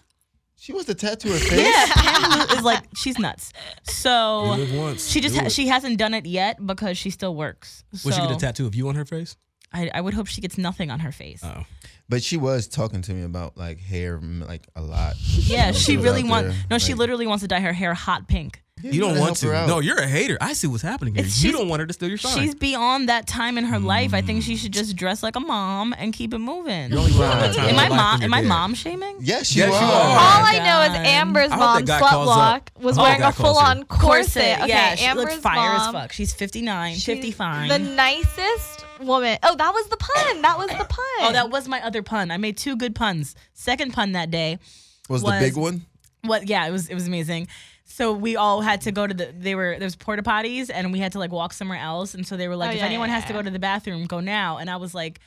S9: She was the tattoo her face.
S6: Yeah, Pam is like she's nuts.
S10: You
S6: So
S10: live once.
S6: Oh, she just
S10: do
S6: ha-
S10: it.
S6: she hasn't done it yet because she still works. So
S10: Would she get a tattoo of you on her face?
S6: I, I would hope she gets nothing on her face.
S10: Oh,
S9: But she was talking to me about like hair, m- like a lot.
S6: yeah,
S9: When
S6: she
S9: was
S6: really
S9: out
S6: wants.
S9: there,
S6: No, she
S9: like,
S6: literally wants to dye her hair hot pink.
S9: yeah,
S10: you don't
S9: gotta
S10: want
S9: help her
S10: to.
S9: out.
S10: No, you're a hater. I see what's happening here.
S6: It's-
S10: you
S6: she's-
S10: don't want her to steal your shine.
S6: She's beyond that time in her life. I think she should just dress like a mom and keep it moving.
S10: You only want that
S9: Right.
S10: time in
S6: Am
S10: your
S6: I
S10: life
S6: mom?
S10: when
S6: Am
S10: you're
S6: I
S10: dead.
S6: mom shaming?
S9: Yes, you
S10: Yes, you
S9: are.
S10: are.
S4: All I know is
S6: God.
S4: Amber's
S10: Oh I hope
S4: mom,
S10: that guy calls
S4: Slutwalk,
S10: up.
S4: was
S10: I hope
S4: wearing
S10: that
S4: a
S10: guy calls
S4: full-on corset. Okay,
S6: Yeah, she
S4: Amber's
S6: looked fire
S4: mom,
S6: as fuck. She's 59,
S4: she's
S6: 55.
S4: The nicest woman. Oh, that was the pun. That was the pun.
S6: oh, that was my other pun. I made two good puns. Second pun that day.
S9: Was the
S6: Was-
S9: big one?
S6: What? Yeah, it was it was amazing. So we all had to go to the. They were there was porta potties, and we had to like walk somewhere else. And so they were like,
S4: Oh,
S6: if
S4: yeah,
S6: anyone
S4: yeah,
S6: has to
S4: yeah.
S6: go to the bathroom, go now. And I was like,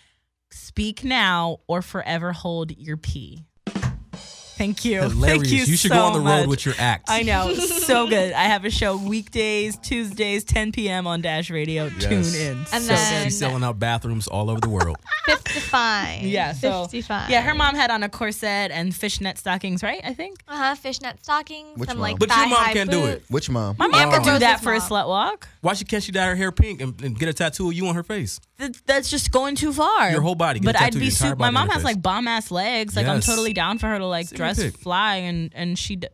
S6: speak now or forever hold your pee. Thank you.
S10: Hilarious.
S6: Thank you.
S10: should
S6: so
S10: go on the road
S6: much.
S10: with your act.
S6: I know, so good. I have a show weekdays, Tuesdays, 10 p.m. on Dash Radio. Tune in.
S4: And
S6: so
S10: So
S4: then-
S10: she's selling out bathrooms all over the world.
S4: 55.
S6: Yeah, so-
S4: 55.
S6: yeah, her mom had on a corset and fishnet stockings, right? I think
S4: Uh huh. Fishnet stockings.
S9: Which
S4: some
S9: mom?
S4: like
S10: But your mom
S4: thigh-high
S10: can't do it.
S4: boots.
S9: Which mom?
S6: my mom
S4: Amber
S6: could do
S4: Rose's
S6: that for a
S4: mom.
S6: slut walk.
S10: Why she can't she dye her hair pink and, and get a tattoo of you on her face?
S6: Th- that's just going too far.
S10: Your whole body. Get a
S6: But I'd
S10: tattoo of
S6: be
S10: your entire
S6: super. My
S10: body on
S6: mom
S10: your
S6: has
S10: face.
S6: like bomb ass legs. Like I'm
S10: Yes.
S6: totally down for her to like
S10: Send me a
S6: dress
S10: pic.
S6: fly and and she d-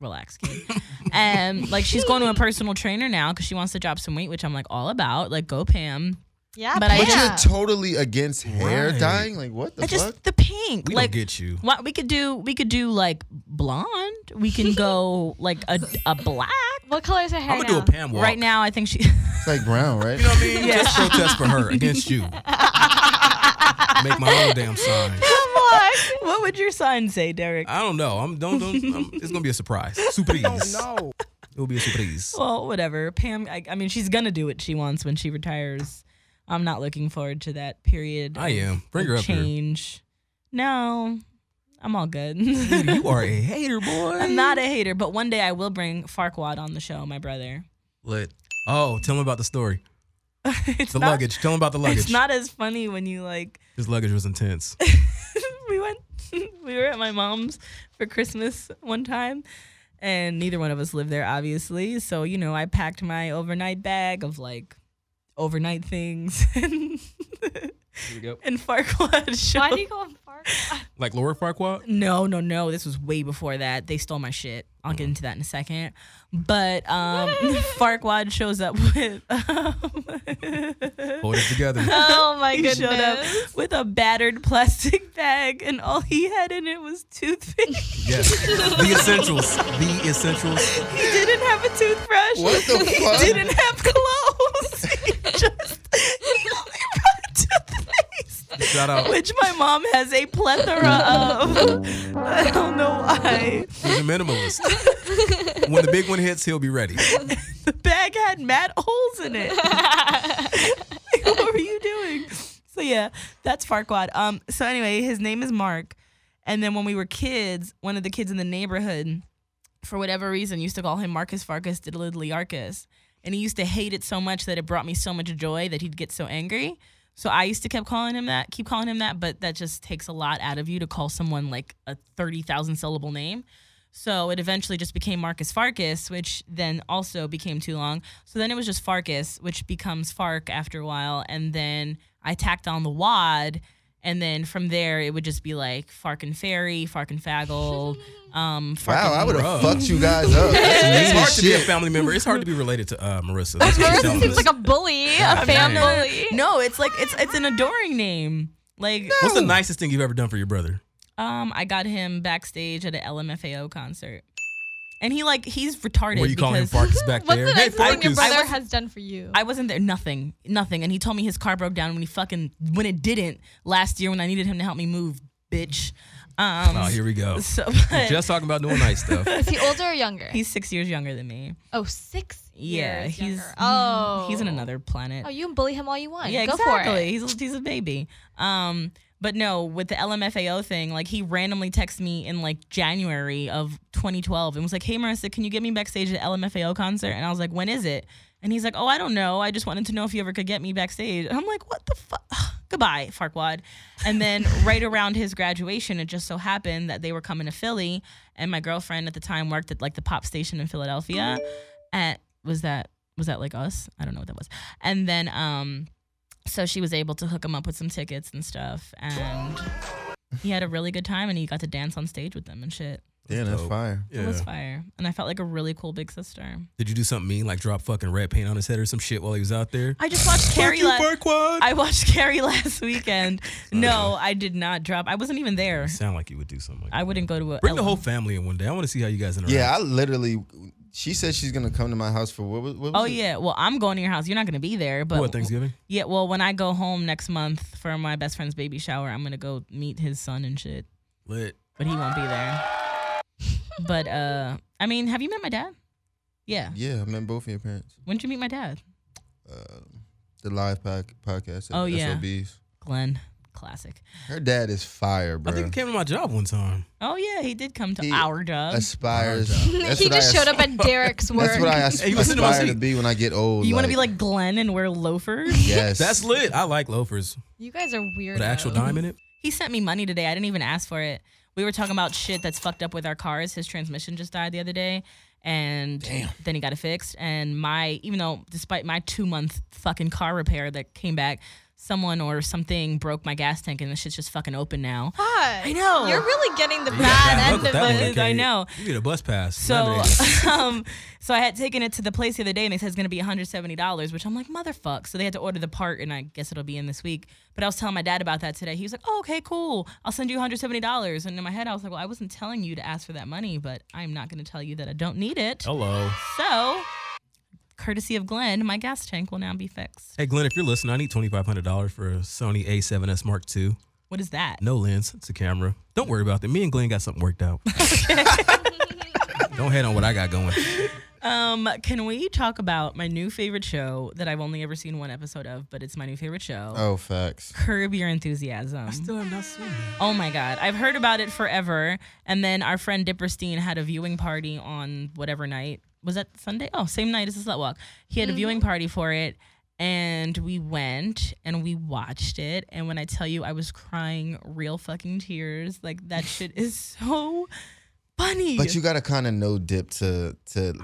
S6: relax, kid. and like she's going to a personal trainer now because she wants to drop some weight, which I'm like all about. Like go Pam.
S4: Yeah,
S6: But I-
S9: But
S4: yeah.
S9: you're totally against hair
S10: Right.
S9: dyeing. Like what the
S6: I just
S9: fuck?
S6: the pink.
S10: We
S6: like
S10: don't get you.
S6: what we could do, we could do like blonde. We can go like a a black.
S4: What color is her hair?
S10: I'm gonna do a
S4: now?
S10: Pam walk.
S6: Right now, I think she.
S9: It's like brown, right?
S10: You know what I mean? Just protest for her against you. Make my own damn sign.
S6: what would your sign say, Derek?
S10: I don't know. I'm don't don't. I'm, it's gonna be a surprise. Surprise.
S9: Oh,
S10: No. It'll be a surprise.
S6: Well, whatever. Pam, I, I mean, she's going to do what she wants when she retires. I'm not looking forward to that period.
S10: I
S6: of-
S10: am. Bring
S6: of
S10: her up here.
S6: change. No, I'm all good.
S10: You are a hater, boy.
S6: I'm not a hater, but one day I will bring Farquad on the show, my brother.
S10: Lit. Oh, tell him about the story.
S6: it's
S10: The
S6: not,
S10: luggage. Tell him about the luggage.
S6: It's not as funny when you like.
S10: His luggage was intense.
S6: we went. we were at my mom's for Christmas one time, and neither one of us lived there, obviously. So you know, I packed my overnight bag of like overnight things, and, and Farquaad showed.
S4: Why do you go on far?
S10: Like Laura Farquaad.
S6: No, no, no. This was way before that. They stole my shit. I'll get into that in a second. But um Farquad shows up with um,
S10: Hold it together.
S4: Oh my
S6: he
S4: goodness.
S6: showed up with a battered plastic bag and all he had in it was toothpick. he
S10: Yes. The essentials. The essentials.
S6: didn't have a toothbrush.
S9: What the
S6: he
S9: fuck?
S6: didn't have clothes. he just he only brought toothpaste.
S10: Shout out.
S6: Which my mom has a plethora of. I don't know why.
S10: He's a minimalist. When the big one hits, he'll be ready.
S6: the bag had mad holes in it. what were you doing? So yeah, that's Farquad. Um, so anyway, his name is Mark. And then when we were kids, one of the kids in the neighborhood, for whatever reason, used to call him Marcus Farkas Diddlidliarcus. And he used to hate it so much that it brought me so much joy that he'd get so angry. So I used to kept calling him that, keep calling him that, but that just takes a lot out of you to call someone like a 30,000 syllable name. So it eventually just became Marcus Farkas, which then also became too long. So then it was just Farkas, which becomes Fark after a while. And then I tacked on the wad. And then from there, it would just be like Fark and Fairy, Fark and Faggle. Um, Fark
S9: Wow,
S6: and-
S9: I would have
S10: Bruh.
S9: fucked you guys up.
S10: It's hard
S9: That's
S10: to be a
S9: shit.
S10: family member. It's hard to be related to uh, Marissa.
S4: Marissa seems like a bully, a fan bully.
S6: No, it's like it's it's an adoring name. Like
S10: What's the nicest thing you've ever done for your brother?
S6: um, I got him backstage at an LMFAO concert, and he like he's retarded.
S10: Were you calling him
S6: because-
S10: Farkas back
S4: What's
S10: there?
S4: the nicest thing your
S10: Farkas.
S4: brother
S6: I was-
S4: has done for you?
S6: I wasn't there. Nothing, nothing. And he told me his car broke down when he fucking when it didn't last year when I needed him to help me move, bitch. Um,
S10: Oh, here we go.
S6: so but
S10: Just talking about doing nice stuff.
S4: Is he older or younger?
S6: he's six years younger than me.
S4: oh, six.
S6: Yeah,
S4: years
S6: he's
S4: younger. oh,
S6: he's in another planet.
S4: Oh, you can bully him all you want.
S6: Yeah,
S4: go
S6: exactly.
S4: for it.
S6: He's a, he's a baby. Um, but no, with the LMFAO thing, like he randomly texted me in like January of 2012 and was like, "Hey Marissa, can you get me backstage at the LMFAO concert?" And I was like, "When is it?" And he's like, "Oh, I don't know. I just wanted to know if you ever could get me backstage." And I'm like, "What the fuck?" Goodbye, Farquad. And then right around his graduation, it just so happened that they were coming to Philly, and my girlfriend at the time worked at like the pop station in Philadelphia.
S4: Oh.
S6: And was that was that like us? I don't know what that was. And then um so she was able to hook him up with some tickets and stuff and he had a really good time and he got to dance on stage with them and shit
S9: Damn, that's
S10: Dope.
S9: fire.
S6: it
S10: Yeah.
S6: was fire and i felt like a really cool big sister
S10: Did you do something mean, like drop fucking red paint on his head or some shit while he was out there?
S6: i just watched carrie
S10: Fuck
S6: la-
S10: you, Farquaad.
S6: i watched carrie last weekend no i did not drop i wasn't even there
S10: Sound like you would do something. Like
S6: i
S10: that.
S6: wouldn't go to a
S10: Bring the
S6: ele-
S10: whole family in one day. I want to see how you guys interact.
S9: Yeah, I literally. She said she's gonna come to my house for what was? What was
S6: oh
S9: it?
S6: yeah well i'm going to your house you're not going to be there but
S10: What Thanksgiving?
S6: yeah well when i go home next month for my best friend's baby shower i'm going to go meet his son and shit
S10: Lit.
S6: but he won't be there. but uh, I mean, have you met my dad? Yeah.
S9: Yeah, I met both of your parents. uh,
S6: When did you meet my dad?
S9: The live pack, podcast. at
S6: Oh, yeah.
S9: SOBs.
S6: Glenn, classic.
S9: Her dad is fire, bro.
S10: I think he came to my job one time.
S6: Oh yeah, he did come to
S9: He-
S6: our job.
S9: aspires. that's
S4: he
S9: what I
S4: just showed
S9: as-
S4: up at Derek's work.
S9: That's what I as-
S10: He was sitting in my
S9: aspire to
S10: seat.
S9: be when I get old.
S6: you want to be like Glenn and wear loafers?
S9: Yes,
S10: That's lit. I like loafers
S4: you guys are weird.
S10: with an actual dime in it.
S6: he sent me money today. I didn't even ask for it. We were talking about shit that's fucked up with our cars. His transmission just died the other day. And then he got it fixed. And my, even though despite my two month fucking car repair that came back, someone or something broke my gas tank and the shit's just fucking open now.
S4: I
S6: know.
S4: You're really getting the
S10: Yeah,
S4: bad
S10: look
S4: end
S10: at
S4: of
S10: that one,
S4: it.
S6: I
S10: okay.
S6: know.
S10: You need a bus pass.
S6: So,
S10: Lemonade.
S6: um, so I had taken it to the place the other day, and they said it's gonna be $170, which I'm like, motherfuck. So they had to order the part, and I guess it'll be in this week. But I was telling my dad about that today. He was like, oh, okay, cool. I'll send you $170. And in my head, I was like, well, I wasn't telling you to ask for that money, but I'm not gonna tell you that I don't need it.
S10: hello.
S6: So, courtesy of Glenn, my gas tank will now be fixed.
S10: Hey Glenn, if you're listening, I need twenty five hundred dollars for a Sony A7S Mark II.
S6: What is that?
S10: No lens, it's a camera. Don't worry about that. Me and Glenn got something worked out. Don't hate on what I got going.
S6: Um, can we talk about my new favorite show that I've only ever seen one episode of, but it's my new favorite show?
S9: Oh, facts.
S6: Curb Your Enthusiasm.
S10: Still have not seen it.
S6: Oh my God. I've heard about it forever. And then our friend Dipperstein had a viewing party on whatever night. Was that Sunday? Oh, same night as the Slut Walk. He
S9: Mm-hmm.
S6: had a viewing party for it. And we went and we watched it. And when I tell you, I was crying real fucking tears. Like, that shit is so funny.
S9: But you gotta kind of know dip to to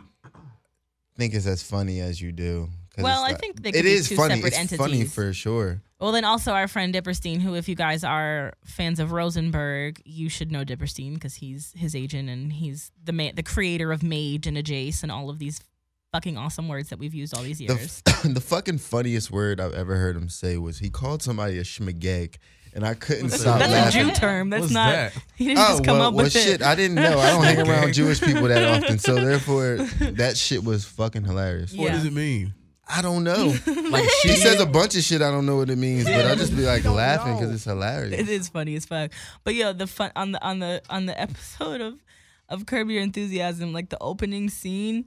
S9: think it's as funny as you do. 'Cause
S6: Well,
S9: it's
S6: I
S9: not-
S6: think they
S9: it
S6: could be
S9: is
S6: two
S9: funny.
S6: separate
S9: It's funny
S6: entities.
S9: for sure.
S6: well, then also our friend Dipperstein, who, if you guys are fans of Rosenberg, you should know Dipperstein because he's his agent and he's the ma- the creator of Mage and Ajace and all of these fucking awesome words that we've used all these years.
S9: The, f- the fucking funniest word I've ever heard him say was he called somebody a schmegeg, and I couldn't
S10: What's
S9: stop
S10: that?
S6: That's a
S9: laughing.
S6: Jew term. That's
S10: What's
S6: not.
S10: that?
S6: He didn't
S9: oh
S6: just come
S9: well,
S6: up
S9: well
S6: with
S9: shit!
S6: it.
S9: I didn't know. I don't hang
S10: Okay.
S9: around Jewish people that often, so therefore that shit was fucking hilarious.
S10: What
S6: Yeah.
S10: does it mean?
S9: I don't know.
S10: Like
S9: She
S10: shit.
S9: says a bunch of shit I don't know what it means, but I just be like laughing because it's
S6: it
S9: hilarious.
S6: is funny as fuck. But yo, the fun on the on the on the episode of of Curb Your Enthusiasm, like the opening scene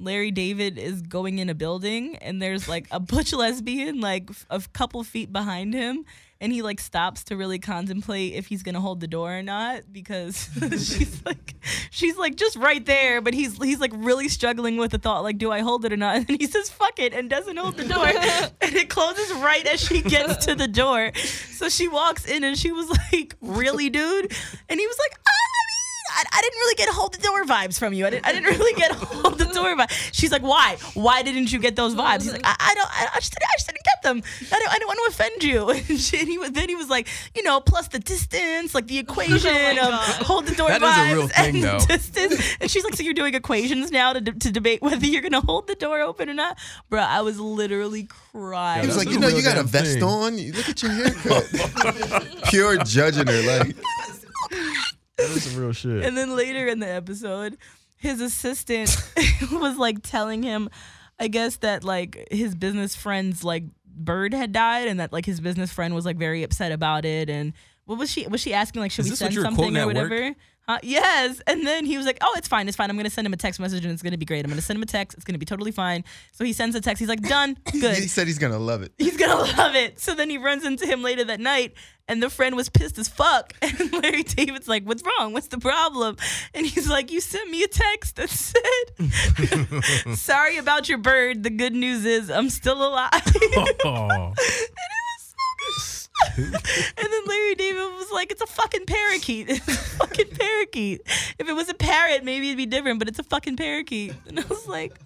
S6: Larry David is going in a building and there's like a butch lesbian like f- a couple feet behind him and he like stops to really contemplate if he's gonna hold the door or not because she's like she's like just right there but he's he's like really struggling with the thought like do I hold it or not and he says fuck it and doesn't hold the door and it closes right as she gets to the door so she walks in and she was like really dude and he was like ah! I, I didn't really get hold the door vibes from you. I didn't, I didn't really get hold the door vibes. She's like, why? Why didn't you get those vibes? He's like, I, I don't, I, I, just, didn't- I just didn't get them. I don't, I don't want to offend you. And, she, and he was, then he was like, you know, plus the distance, like the equation of hold the door
S9: That
S6: vibes
S9: is a real thing,
S6: and
S9: though.
S6: distance. And she's like, so you're doing equations now to, de- to debate whether you're gonna hold the door open or not, Bruh, I was literally crying.
S9: He was
S10: That's
S9: like,
S10: a
S9: you know,
S10: real
S9: you got a
S10: damn
S9: vest
S10: thing.
S9: on. You- Look at your haircut. Pure judging her, like
S10: That is some real shit.
S6: And then later in the episode, his assistant was like telling him, I guess that like his business friend's like bird had died, and that like his business friend was like very upset about it. And what was she? Was she asking like, should
S10: Is
S6: we
S10: this what
S6: send
S10: you were
S6: something
S10: quoting
S6: or
S10: at work?
S6: whatever? Huh? Yes. And then he was like, oh, it's fine, it's fine. I'm gonna send him a text message, and it's gonna be great. I'm gonna send him a text. It's gonna be totally fine. So he sends a text. He's like, done, good
S9: he said he's gonna love it.
S6: he's gonna love it. So then he runs into him later that night, and the friend was pissed as fuck. And Larry David's like, "What's wrong? What's the problem?" And he's like, "You sent me a text that said, sorry about your bird. The good news is I'm still alive.'"
S10: Oh,
S6: And then Larry David was like, "It's a fucking parakeet. It's a fucking parakeet. If it was a parrot, maybe it'd be different, but it's a fucking parakeet." And I was like,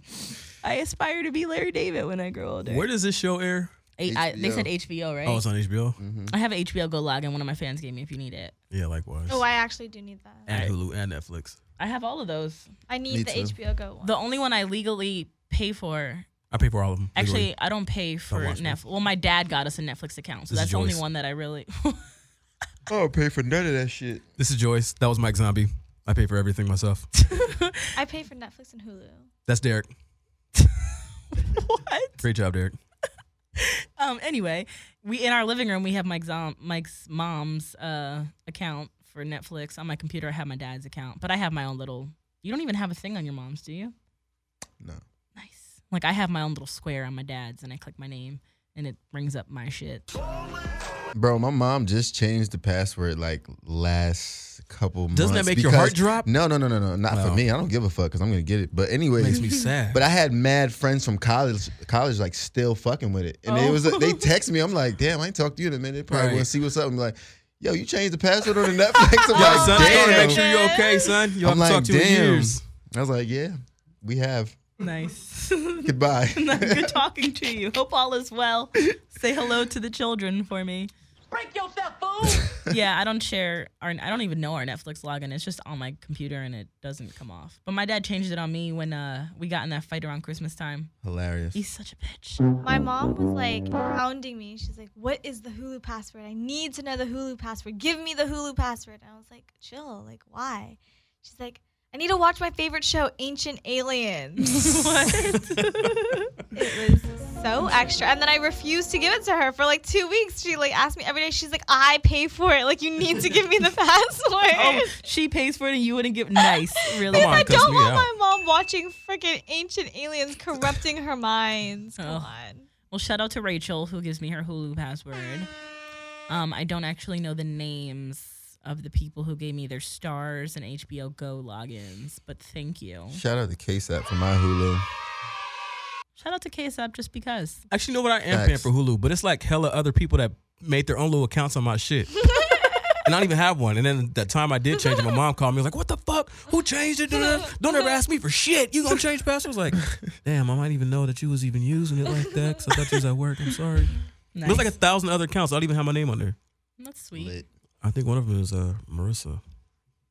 S6: "I aspire to be Larry David when I grow older."
S10: where does this show air?
S6: A- I- they
S9: HBO.
S6: said HBO, right?
S10: Oh, it's on HBO.
S6: I have HBO Go log, and one of my fans gave me if you need it.
S10: Yeah, likewise.
S4: Oh, I actually do need that.
S10: and Hulu and Netflix.
S6: I have all of those.
S4: I
S9: Me
S4: need the
S9: too.
S4: HBO Go one.
S6: The only one I legally pay for.
S10: I pay for all of them.
S6: Actually, I don't pay for
S10: watch me.
S6: Netflix. Well, my dad got us a Netflix account, so
S10: This is
S6: that's the only
S10: Joyce.
S6: one that I really.
S9: I don't pay for none of that shit.
S10: this is Joyce. That was Mike Zombie. I pay for everything myself.
S4: I pay for Netflix and Hulu.
S10: That's Derek.
S6: what?
S10: Great job, Derek.
S6: Um. Anyway, we in our living room we have Mike's um, Mike's mom's uh account for Netflix on my computer. I have my dad's account, but I have my own little. You don't even have a thing on your mom's, do you?
S9: No.
S6: Nice. Like I have my own little square on my dad's, and I click my name, and it brings up my shit.
S9: Bro, my mom just changed the password like last couple months.
S10: Doesn't that make your heart
S9: because-
S10: drop?
S9: No, no, no, no, no. Not for
S10: No.
S9: me. I don't give a fuck because I'm gonna get it. But anyways,
S10: Makes me sad.
S9: But I had mad friends from college, college like still fucking with it, and it was they text me. I'm like, damn, I ain't talked to you in a minute. Probably
S10: Oh. Right.
S9: want to see what's up. I'm like, yo, you changed the password on the Netflix. I'm like,
S10: son, I gotta
S9: damn.
S10: make sure you're okay, son. You
S9: I'm
S10: haven't
S9: like,
S10: talked to you in
S9: damn.
S10: years.
S9: I was like, yeah, we have.
S6: Nice.
S9: Goodbye.
S6: Good talking to you. Hope all is well. Say hello to the children for me.
S5: Break yourself, fool!
S6: Yeah, I don't share our I don't even know our Netflix login. It's just on my computer and it doesn't come off. But my dad changed it on me when uh we got in that fight around Christmas time.
S9: Hilarious.
S6: He's such a bitch.
S4: My mom was like hounding me. She's like, "What is the Hulu password? I need to know the Hulu password. Give me the Hulu password." And I was like, "Chill. Like, why?" She's like, "I need to watch my favorite show, Ancient Aliens." it was so extra. And then I refused to give it to her for like two weeks. She like asked me every day. She's like, "I pay for it. Like, you need to give me the password."
S6: oh, she pays for it and you wouldn't give nice, really.
S10: Come on,
S4: I
S10: cuss
S4: don't
S10: me
S4: want
S10: out.
S4: my mom watching freaking Ancient Aliens corrupting her mind.
S9: Oh.
S4: Come
S6: Ugh.
S4: on.
S6: Well, shout out to Rachel who gives me her Hulu password. Um, I don't actually know the names of the people who gave me their stars and HBO Go logins, but thank you.
S9: Shout out to KSAP for my Hulu.
S6: Shout out to KSAP just because.
S10: Actually, you know what? I am paying
S9: Facts.
S10: for Hulu, but it's like hella other people that made their own little accounts on my shit. and I don't even have one. And then that time I did change it, my mom called me was like, What the fuck? Who changed it? Don't ever ask me for shit. You gonna change passwords? I was like, damn, I might even know that you was even using it like that. Cause I thought you was at work. I'm sorry.
S6: Nice.
S10: There's like a thousand other accounts. I don't even have my name on there.
S6: That's sweet.
S9: Lit.
S10: I think one of them is uh, Marissa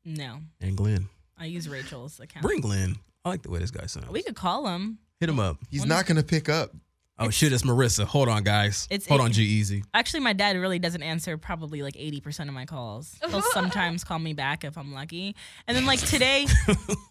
S6: No,
S10: and Glenn.
S6: I use Rachel's account.
S10: Bring Glenn. I like the way this guy sounds.
S6: Oh. we could call him.
S10: Hit him up.
S9: He's not gonna pick up.
S10: Oh shit, it's Marissa. Hold on, guys.
S6: It's-
S10: Hold
S6: it-
S10: on, G Easy.
S6: Actually, my dad really doesn't answer probably like 80% of my calls. He'll sometimes call me back if I'm lucky. And then like today,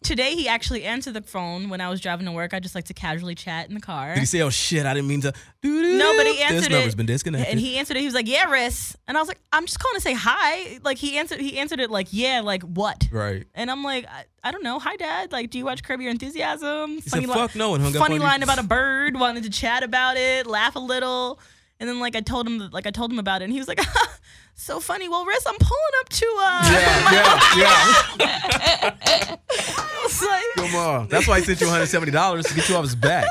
S6: today he actually answered the phone when I was driving to work. I just like to casually chat in the car.
S10: Did he say, "Oh shit, I didn't mean to"?
S6: No, but he
S10: This
S6: answered
S10: number's
S6: it.
S10: been disconnected.
S6: And he answered it. He was like, "Yeah, Riss," and I was like, "I'm just calling to say hi." Like he answered, he answered it like, "Yeah, like what?"
S10: right.
S6: And I'm like, I, I don't know. Hi, Dad. Like, do you watch Curb Your Enthusiasm?
S10: said, "Fuck no," and hung up
S6: Funny
S10: on you.
S6: line about a bird. Wanted to chat about it, laugh a little, and then like I told him, like I told him about it, and he was like, "So funny." Well, Riz, I'm pulling up to uh.
S10: Yeah, yeah, yeah.
S6: I was like,
S10: Come on. That's why he sent you $170 to get you off his back.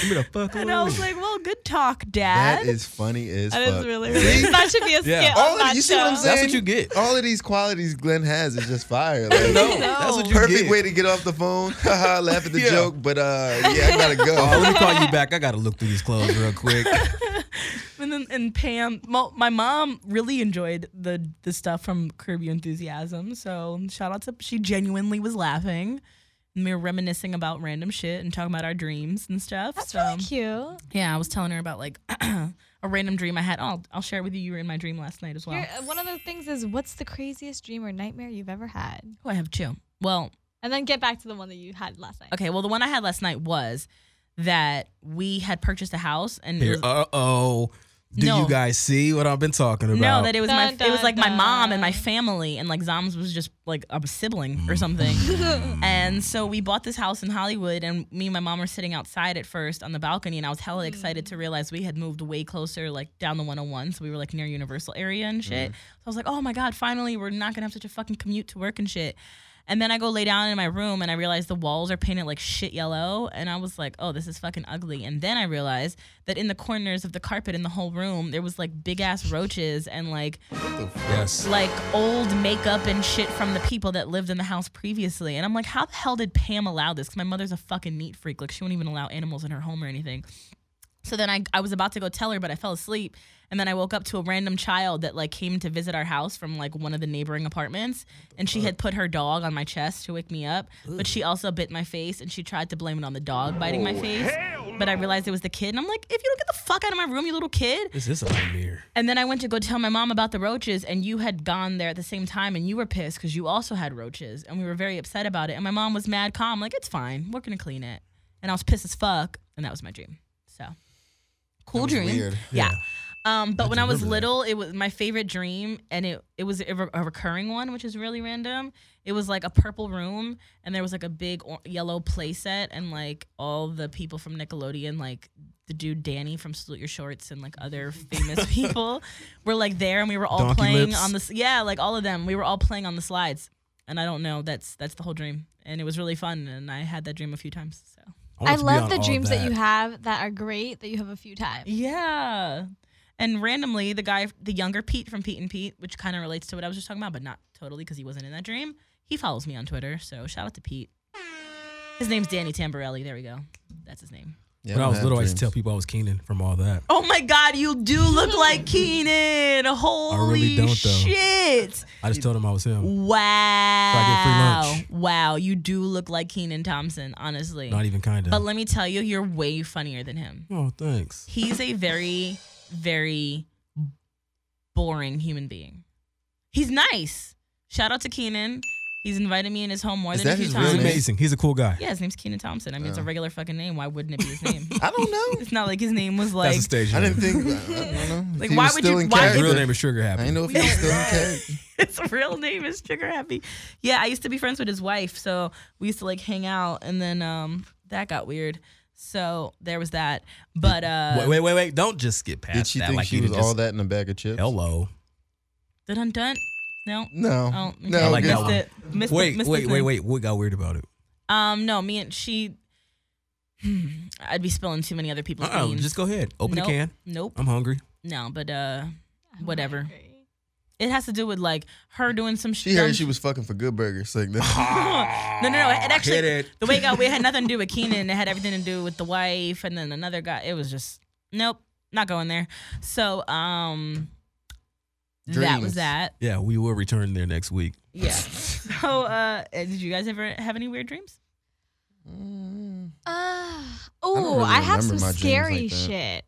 S10: Give me the fuck
S6: and I was
S10: alone.
S6: like, "Well, good talk,
S9: That
S6: Dad."
S9: is funny as
S4: That
S9: fuck.
S4: is really, really that should be a skit
S10: Yeah.
S4: on
S9: All of,
S4: that
S9: Oh, you see what I'm
S4: show.
S9: saying?
S10: That's what you get.
S9: All of these qualities Glenn has is just fire. Like,
S10: No, that's what you
S9: perfect
S10: get.
S9: way to get off the phone. Haha, laugh at the
S10: Yeah.
S9: joke, but uh, yeah, I gotta go.
S10: Oh, let me call you back. I gotta look through these clothes real quick.
S6: And then and Pam, mo- my mom really enjoyed the the stuff from Curb Your Enthusiasm. So shout out to she genuinely was laughing. And we were reminiscing about random shit and talking about our dreams and stuff.
S4: That's
S6: so
S4: really cute.
S6: yeah, I was telling her about like a random dream I had. I'll I'll share it with you. You were in my dream last night as well.
S4: Here- one of the things is, what's the craziest dream or nightmare you've ever had?
S6: Oh, I have two. Well,
S4: And then get back to the one that you had last night.
S6: okay. Well, the one I had last night was that we had purchased a house and it
S10: Here,
S6: was-
S10: uh oh. Do
S6: No.
S10: you guys see what I've been talking about?
S6: No, that it was my
S4: Dun,
S6: it was
S4: dun,
S6: like my mom and my
S4: dun.
S6: family and like Zams was just like a sibling or something.
S9: Mm,
S6: and so we bought this house in Hollywood and me and my mom were sitting outside at first on the balcony and I was hella excited to realize we had moved way closer like down the 101 so we were like near Universal area and shit. So I was like, "Oh my god, finally we're not going to have such a fucking commute to work and shit." And then I go lay down in my room and I realize the walls are painted like shit yellow. And I was like, oh, this is fucking ugly. And then I realized that in the corners of the carpet in the whole room, there was like big ass roaches and like
S10: Yes.
S6: like old makeup and shit from the people that lived in the house previously. And I'm like, how the hell did Pam allow this? Because my mother's a fucking neat freak. Like, she won't even allow animals in her home or anything. So then I, I was about to go tell her, but I fell asleep. And then I woke up to a random child that like came to visit our house from like one of the neighboring apartments. And she had put her dog on my chest to wake me up. But she also bit my face and she tried to blame it on the dog biting my face. But I realized it was the kid. And I'm like, if you don't get the fuck out of my room, you little kid.
S10: This is a nightmare.
S6: And then I went to go tell my mom about the roaches, and you had gone there at the same time, and you were pissed because you also had roaches, and we were very upset about it. And my mom was mad, calm, like it's fine, we're gonna clean it. And I was pissed as fuck, and that was my dream. So cool
S9: was
S6: dream,
S9: weird.
S6: yeah. Um, but when I was
S10: remember that.
S6: little, it was my favorite dream, and it it was a, re- a recurring one, which is really random. It was like a purple room, and there was like a big or- yellow playset, and like all the people from Nickelodeon, like the dude Danny from Salute Your Shorts, and like other famous people, were like there, and we were all
S10: Donkey
S6: playing
S10: Lips.
S6: on the s- yeah, like all of them. We were all playing on the slides, and I don't know, that's that's the whole dream, and it was really fun, and I had that dream a few times. So
S10: want
S4: I
S10: to be on
S4: love the
S10: all
S4: dreams that. you have that are great that you have a few times.
S6: Yeah. And randomly, the guy, the younger Pete from Pete and Pete, which kind of relates to what I was just talking about, but not totally because he wasn't in that dream. He follows me on Twitter, so shout out to Pete. His name's Danny Tamborelli. There we go. That's his name.
S9: Yeah,
S10: When I
S9: don't
S10: was
S9: have
S10: little, I used to tell
S9: dreams.
S10: people I was Keenan from all that.
S6: Oh my God, you do look like Keenan. Holy
S10: don't, though.
S6: shit.
S10: I just told them I was him.
S6: Wow.
S10: free lunch.
S6: Wow, you do look like Keenan Thompson, honestly.
S10: Not even kind
S6: But
S10: of.
S6: let me tell you, you're way funnier than him.
S10: Oh, thanks.
S6: he's a very very boring human being he's nice shout out to keenan he's invited me in his home more
S9: Is
S6: than a
S9: that
S6: few
S9: his real
S10: He's
S9: Really?
S6: times
S9: name?
S10: amazing. He's a cool guy.
S6: yeah his name's keenan thompson i mean it's a
S9: Oh.
S6: regular fucking name why wouldn't it be his name
S9: I don't know.
S6: it's not like his name was
S10: That's
S6: like
S10: a stage.
S9: I
S10: name.
S9: didn't think. I don't know. If
S6: Like,
S9: he
S6: why
S9: was
S6: would
S9: still
S6: you-
S9: in
S6: why would
S10: His
S9: character.
S10: real name is Sugar
S9: I
S10: Happy.
S9: didn't know if he was still in character.
S6: his real name is sugar happy yeah i used to be friends with his wife so we used to like hang out and then um that got weird so there was that but uh
S10: Wait, wait, wait, wait. Don't just skip past
S9: Did she
S10: that.
S9: think
S10: like
S9: she
S10: you
S9: was
S10: just,
S9: all that in a bag of chips?
S10: Hello.
S6: dun dun no
S9: No.
S6: oh
S9: no.
S10: I like
S9: good-
S10: that
S6: missed it
S10: one.
S6: missed the-
S10: Wait,
S6: missed the
S10: wait, wait,
S6: thing.
S10: wait. What got weird about it?
S6: Um, no, me and she. I'd be spilling too many other people's
S10: Uh-uh,
S6: beans.
S10: just go ahead. Open
S6: nope,
S10: the can.
S6: Nope.
S10: I'm hungry.
S6: No, but uh,
S4: I'm
S6: Whatever.
S4: hungry.
S6: it has to do with like her doing some
S9: She
S6: shit.
S9: heard she was Ah, fucking for Good Burger. It's like,
S6: no, no, no. It, it actually,
S10: Hit it.
S6: the way it got weird had nothing to do with Keenan. It had everything to do with the wife and then another guy. It was just nope, not going there. So um, that was
S9: Dreams.
S6: that.
S10: Yeah, we will return there next week.
S6: Yeah. so uh, did you guys ever have any weird dreams?
S4: Uh,
S9: don't
S4: oh,
S9: really
S4: I have
S9: remember
S4: some
S9: my dreams
S4: scary
S9: like that.
S4: shit.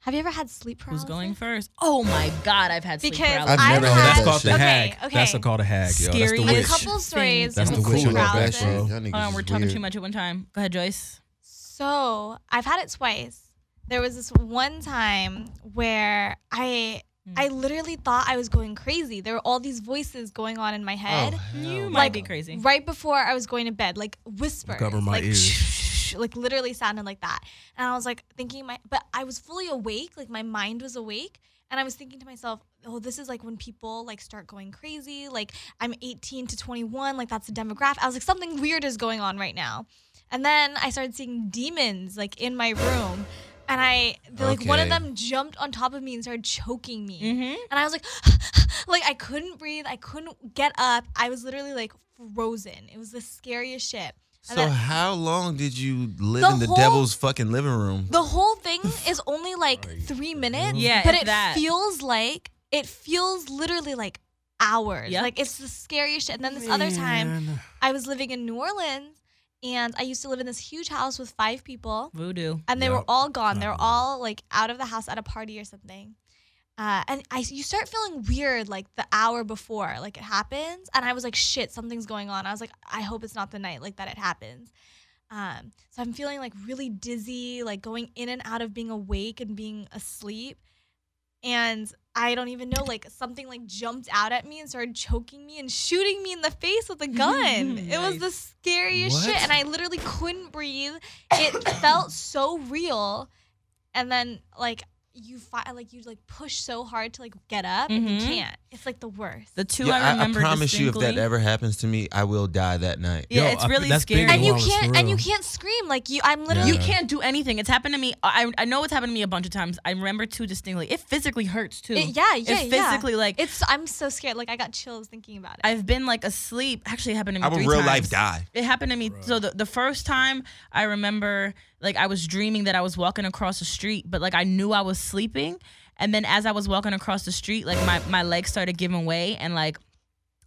S4: Have you ever had sleep
S6: Who's
S4: paralysis?
S6: going first? Oh my god, I've had sleep
S4: Because
S6: paralysis.
S9: I've never
S4: I've
S9: had
S10: That's
S9: that
S10: called the
S9: shit.
S10: hag.
S4: Oh, Okay, okay.
S10: That's a called a hag. Yo. That's the
S6: Scary.
S10: witch.
S4: A couple stories.
S6: That's
S4: of
S10: the
S9: I'm
S10: witch
S4: sleep
S9: cool
S10: on that
S9: about
S10: back
S4: paralysis.
S9: that, bro. Y'all
S10: row.
S9: niggas
S6: Hold on,
S9: is
S6: we're talking
S9: weird.
S6: too much at one time. Go ahead, Joyce.
S4: So I've had it twice. There was this one time where I
S6: Hmm.
S4: I literally thought I was going crazy. There were all these voices going on
S10: Oh,
S4: in my head.
S6: You might
S4: Like,
S6: be crazy.
S4: Right before I was going to bed, like whispers.
S10: Cover my
S4: like,
S10: ears.
S4: like literally sounded like that. And I was like thinking my but I was fully awake, like my mind was awake. And I was thinking to myself, oh, this is like when people like start going crazy. Like I'm 18 to 21, like that's the demographic. I was like, something weird is going on right now. And then I started seeing demons like in my room. And I, they're, like one of
S9: Okay. Mm-hmm.
S4: them jumped on top of me and started choking me. And I was like, like I couldn't breathe. I couldn't get up. I was literally like frozen. It was the scariest shit.
S9: So
S4: And then-
S9: how long did you live
S4: The
S9: in the
S4: whole-
S9: devil's fucking living room?
S4: the whole thing is only like three minutes.
S6: Yeah,
S4: but
S6: if
S4: it
S6: that.
S4: feels like it feels literally like hours.
S6: Yep.
S4: Like it's the scariest shit. And then this other time, I was living in New Orleans, and I used to live in this huge house with five people,
S6: Voodoo.
S4: and they were
S10: Yep.
S4: all gone. They were
S10: Uh-huh.
S4: all like out of the house at a party or something. Uh, and I, you start feeling weird like the hour before, like it happens. And I was like, shit, something's going on. I was like, I hope it's not the night like that it happens. Um, so I'm feeling like really dizzy, like going in and out of being awake and being asleep. And I don't even know, like something like jumped out at me and started choking me and shooting me in the face with a gun. It was the scariest shit. And I literally couldn't breathe. It felt so real. And then like you fi- like you like push so hard to like get up and you
S6: Mhm.
S4: can't. It's like the worst.
S6: The two
S9: Yeah,
S6: I remember
S9: promise
S6: distinctly.
S9: you, if that ever happens to me, I will die that night.
S6: yeah,
S10: Yo,
S6: it's
S10: I-
S6: really
S10: that's big
S6: scary.
S10: in
S4: and you
S10: Wallace, for
S4: can't and you
S10: real.
S4: can't scream. Like you I'm literally
S6: You can't do anything. It's happened to me. I, I know it's happened to me a bunch of times. I remember too distinctly. It physically hurts too.
S4: It- yeah, yeah,
S6: It's physically
S4: yeah.
S6: like
S4: It's I'm so scared. Like I got chills thinking about it.
S6: I've been like asleep. Actually, it happened to me.
S9: I would
S6: three
S9: real
S6: times.
S9: life die.
S6: It happened to me. So the, the first time I remember, like I was dreaming that I was walking across the street, but like I knew I was sleeping. And then as I was walking across the street, like my my legs started giving way, and like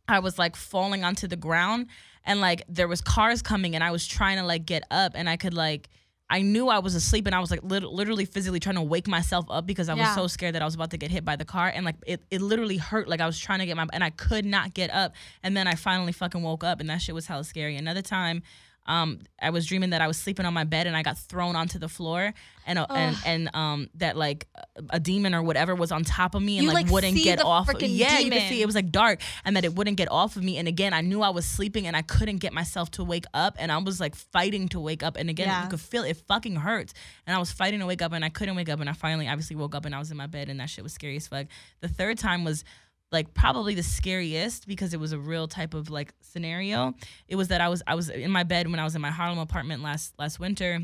S6: I was like falling onto the ground, and like there was cars coming, and I was trying to like get up, and I could like. I knew I was asleep and I was like lit- literally physically trying to wake myself up because I was
S4: Yeah.
S6: so scared that I was about to get hit by the car and like it, it literally hurt like I was trying to get my and I could not get up and then I finally fucking woke up and that shit was hella scary. Another time um I was dreaming that I was sleeping on my bed and I got thrown onto the floor and uh, and and um that like a demon or whatever was on top of me and
S4: You,
S6: like,
S4: like,
S6: wouldn't
S4: see
S6: get
S4: the
S6: off.
S4: frickin'
S6: Yeah, you could
S4: demon.
S6: see it was like dark and that it wouldn't get off of me and again I knew I was sleeping and I couldn't get myself to wake up and I was like fighting to wake up and again
S4: Yeah.
S6: you could feel it fucking hurts and I was fighting to wake up and I couldn't wake up and I finally obviously woke up and I was in my bed and that shit was scary as fuck. The third time was like probably the scariest because it was a real type of like scenario. It was that I was I was in my bed when I was in my Harlem apartment last last winter,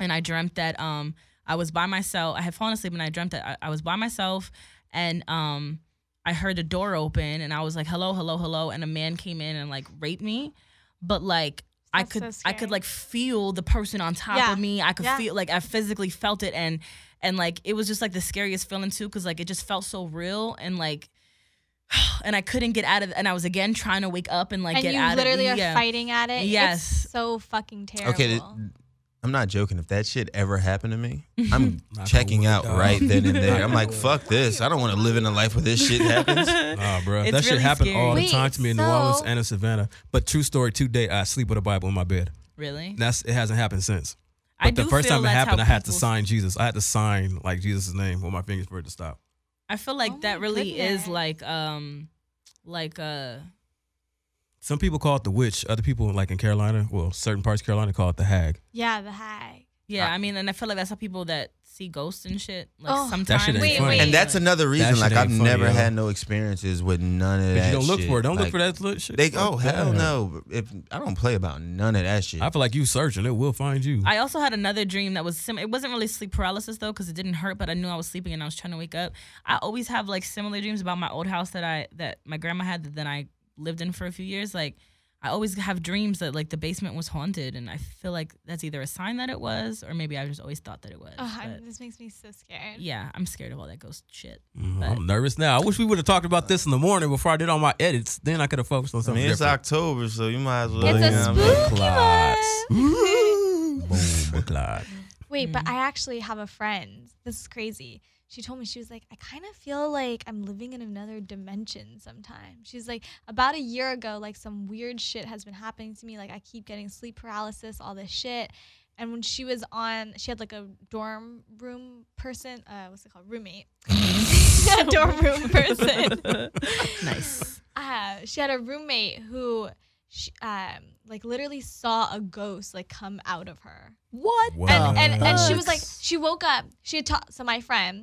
S6: and I dreamt that um I was by myself. I had fallen asleep and I dreamt that I, I was by myself, and um I heard the door open and I was like hello hello hello, and a man came in and like raped me, but like. I
S4: That's so
S6: could I could
S4: scary.
S6: like feel the person on top
S4: Yeah.
S6: of me. I could
S4: Yeah.
S6: feel like I physically felt it and and like it was just like the scariest feeling too cuz like it just felt so real and like and I couldn't get out of and I was again trying to wake up and like
S4: and
S6: get
S4: you
S6: out
S4: literally
S6: of
S4: are
S6: yeah.
S4: fighting at it.
S6: Yes.
S4: It's so fucking terrible.
S9: Okay, th- I'm not joking. If that shit ever happened to me, I'm
S10: Knock
S9: checking
S10: on wood,
S9: out
S10: dog.
S9: right then and there. I'm
S10: Knock
S9: like,
S10: on wood.
S9: fuck this. I don't want to live in a life where this shit happens.
S10: Nah, bro.
S6: It's
S10: that shit
S6: really
S10: happened all the
S4: scary.
S10: time to me in
S4: Wait,
S10: New Orleans
S4: so-
S10: and in Savannah. But true story, today I sleep with a Bible in my bed.
S6: Really?
S10: That's it hasn't happened since. But
S6: I
S10: the
S6: do
S10: first
S6: feel
S10: time it
S6: that's
S10: happened, I
S6: how
S10: had to
S6: people-
S10: sign Jesus. I had to sign like Jesus' name on my fingers for it to stop.
S6: I feel like
S4: Oh
S6: that
S4: my
S6: really is
S4: goodness.
S6: like um like uh
S10: Some people call it the witch. Other people, like in Carolina, well, certain parts of Carolina, call it the hag.
S4: yeah, the hag.
S6: yeah,
S10: I-
S6: I mean and I feel like that's how people that see ghosts and shit like
S4: Oh. That
S6: sometimes
S10: shit ain't
S4: Wait,
S10: funny.
S4: wait.
S9: And that's another reason.
S10: shit
S9: Like I've
S10: ain't funny,
S9: never
S10: yo.
S9: had no experiences with none of
S10: But
S9: that.
S10: you don't look
S9: shit.
S10: for it. Don't
S9: Like,
S10: look for that little shit.
S9: They
S10: Fuck
S9: oh hell
S10: that.
S9: no. If I don't play about none of that shit.
S10: I feel like you searching, it will find you.
S6: I also had another dream that was sim- it wasn't really sleep paralysis though because it didn't hurt, but I knew I was sleeping and I was trying to wake up. I always have like similar dreams about my old house that I that my grandma had that then I lived in for a few years. Like I always have dreams that like the basement was haunted, and I feel like that's either a sign that it was or maybe I just always thought that it was.
S4: Oh, I'm,
S6: but
S4: this makes me so scared.
S6: yeah, I'm scared of all that ghost shit.
S10: Mm,
S6: but-
S10: I'm nervous now. I wish we would have talked about this in the morning before I did all my edits. Then I could have focused on
S9: I
S10: something
S9: mean, it's
S10: different.
S9: October, so you might as well.
S4: It's
S9: you
S4: a
S9: know what I mean?
S4: spooky
S10: Clots.
S4: one.
S10: Boom, Clyde.
S4: Wait, but I actually have a friend. This is crazy. She told me she was like, I kind of feel like I'm living in another dimension sometimes. She's like, about a year ago, like some weird shit has been happening to me. Like I keep getting sleep paralysis, all this shit. And when she was on, she had like a dorm room person, uh, what's it called, roommate. a dorm room person.
S6: nice.
S4: uh, she had a roommate who, she, um, like, literally saw a ghost like come out of her.
S6: What?
S10: Wow.
S4: and and, and she was like,
S6: Bugs.
S4: she woke up. She had talked. So my friend,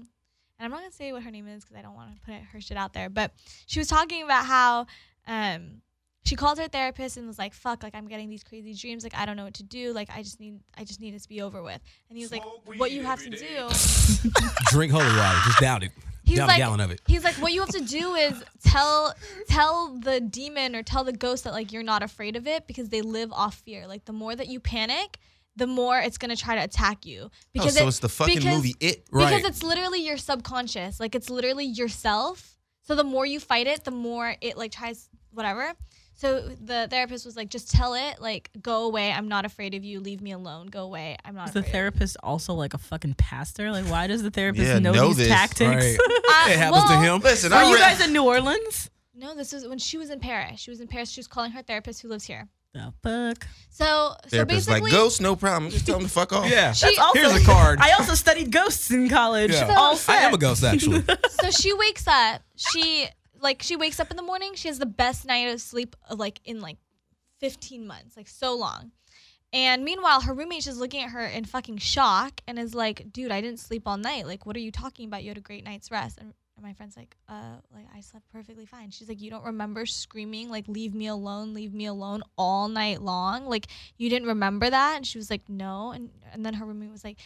S4: and I'm not gonna say what her name is because I don't want to put her shit out there. But she was talking about how um, she called her therapist and was like, "Fuck, like I'm getting these crazy dreams. Like I don't know what to do. Like I just need, I just need it to be over with." And he was like, "What you have to do."
S10: Drink holy water. Just down it.
S4: He's
S10: down
S4: like,
S10: a gallon of it.
S4: He's like, what you have to do is tell tell the demon or tell the ghost that like you're not afraid of it because they live off fear. Like the more that you panic, the more it's gonna try to attack you. Because
S9: Oh, so
S4: it-
S9: it's the fucking
S4: because-
S9: movie It.
S10: Right.
S4: Because it's literally your subconscious. Like it's literally yourself. So the more you fight it, the more it like tries whatever. So the therapist was like, just tell it, like, go away. I'm not afraid of you. Leave me alone. Go away. I'm not
S6: Is the
S4: afraid. of you."
S6: therapist also like a fucking pastor? Like, why does the therapist
S9: Yeah,
S6: know,
S9: know
S6: these
S9: this.
S6: tactics?
S10: Right.
S4: Uh,
S10: It happens to
S4: well,
S10: him.
S9: Listen,
S6: Are
S9: I
S6: you
S9: read.
S6: guys in New Orleans?
S4: No, this was when she was in Paris. She was in Paris. She was calling her therapist who lives here.
S6: The fuck.
S4: So, so
S9: Therapist's
S4: basically,
S9: like ghost, no problem. Just tell him to fuck off.
S10: Yeah.
S4: She- That's
S10: Here's a card.
S6: I also studied ghosts in college.
S10: Yeah.
S6: All
S10: I
S6: set.
S10: am a ghost, actually.
S4: so she wakes up. She like she wakes up in the morning. She has the best night of sleep uh, like in like 15 months, like so long. And meanwhile, her roommate's just looking at her in fucking shock and is like, "Dude, I didn't sleep all night. Like, what are you talking about? You had a great night's rest." And and my friend's like, "Uh, like I slept perfectly fine." She's like, "You don't remember screaming like, leave me alone, leave me alone all night long? Like, you didn't remember that?" And she was like, "No." And and then her roommate was like,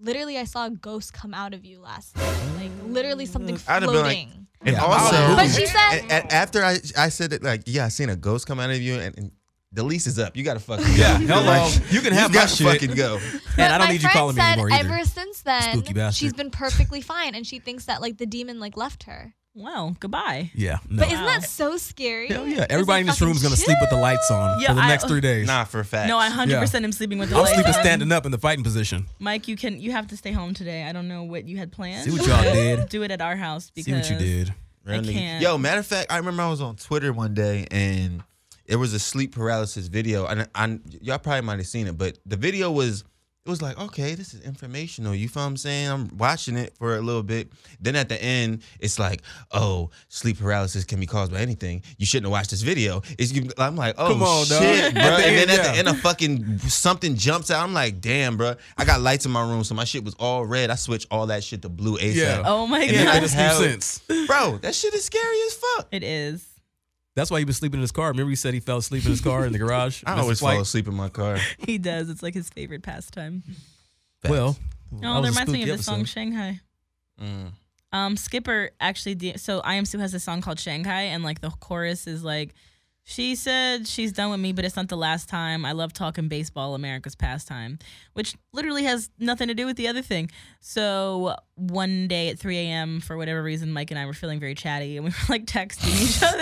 S4: "Literally, I saw a ghost come out of you last night. Like, literally something
S9: I'd have been
S4: floating."
S9: like- And
S10: Yeah.
S9: also,
S4: But she said-
S9: and, and after I, I said it, like, yeah, I seen a ghost come out of you, and, and the lease is up. You gotta fucking go.
S10: Yeah, hello. You can have
S9: you
S10: my
S9: gotta
S10: shit.
S9: fucking go.
S10: and I
S4: But
S10: don't
S4: my
S10: need you
S4: friend
S10: calling me
S4: said
S10: anymore either.
S4: Ever since then,
S10: Spooky bastard.
S4: she's been perfectly fine, and she thinks that like the demon like left her.
S6: Well, goodbye.
S10: yeah. No.
S4: But isn't that so scary?
S10: Hell yeah.
S4: Isn't
S10: Everybody in this
S4: fucking
S10: room is going to sleep with the
S4: chill?
S10: lights on
S6: Yeah,
S10: for the
S6: I-
S10: next three days.
S9: Nah, for a fact.
S6: No, I 100% am sleeping with the
S10: I'm
S6: lights
S10: sleeping
S4: um,
S6: on.
S10: standing up in the fighting position.
S6: Mike, you can you have to stay home today. I don't know what you had planned.
S10: See what y'all
S6: but
S10: did.
S6: Do it at our house because
S10: See what you did.
S9: Real
S6: I
S9: nigga.
S6: can't.
S9: Yo, matter of fact, I remember I was on Twitter one day and it was a sleep paralysis video, and I, y'all probably might have seen it, but the video was it was like, okay, this is informational. You feel what I'm saying? I'm watching it for a little bit. Then at the end, it's like, oh, sleep paralysis can be caused by anything. You shouldn't have watched this video. It's, I'm like, oh
S10: Come on, dog.
S9: shit, bro.
S10: At the
S9: and then
S10: end,
S9: at the
S10: yeah.
S9: end, a fucking something jumps out. I'm like, damn, bro. I got lights in my room, so my shit was all red. I switched all that shit to blue ASAP.
S10: Yeah.
S6: Oh my
S10: And then
S6: god.
S9: I
S10: that just
S9: Hell.
S10: makes sense.
S9: Bro, that shit is scary as fuck.
S6: It is.
S10: That's why he was sleeping in his car. Remember, he said he fell asleep in his car in the garage.
S9: I
S10: Missed
S9: always
S10: flight.
S9: fall asleep in my car.
S6: He does. It's like his favorite pastime.
S10: Well,
S6: Oh,
S10: that
S6: that
S10: was a
S6: reminds me of
S10: spooky
S6: the song
S10: episode.
S6: Shanghai.
S9: Mm.
S6: Um, Skipper actually. De- so I am Sue has a song called Shanghai, and like the chorus is like, "She said she's done with me, but it's not the last time. I love talking baseball, America's pastime," which literally has nothing to do with the other thing. So one day at 3 a.m. for whatever reason, Mike and I were feeling very chatty, and we were like texting each other.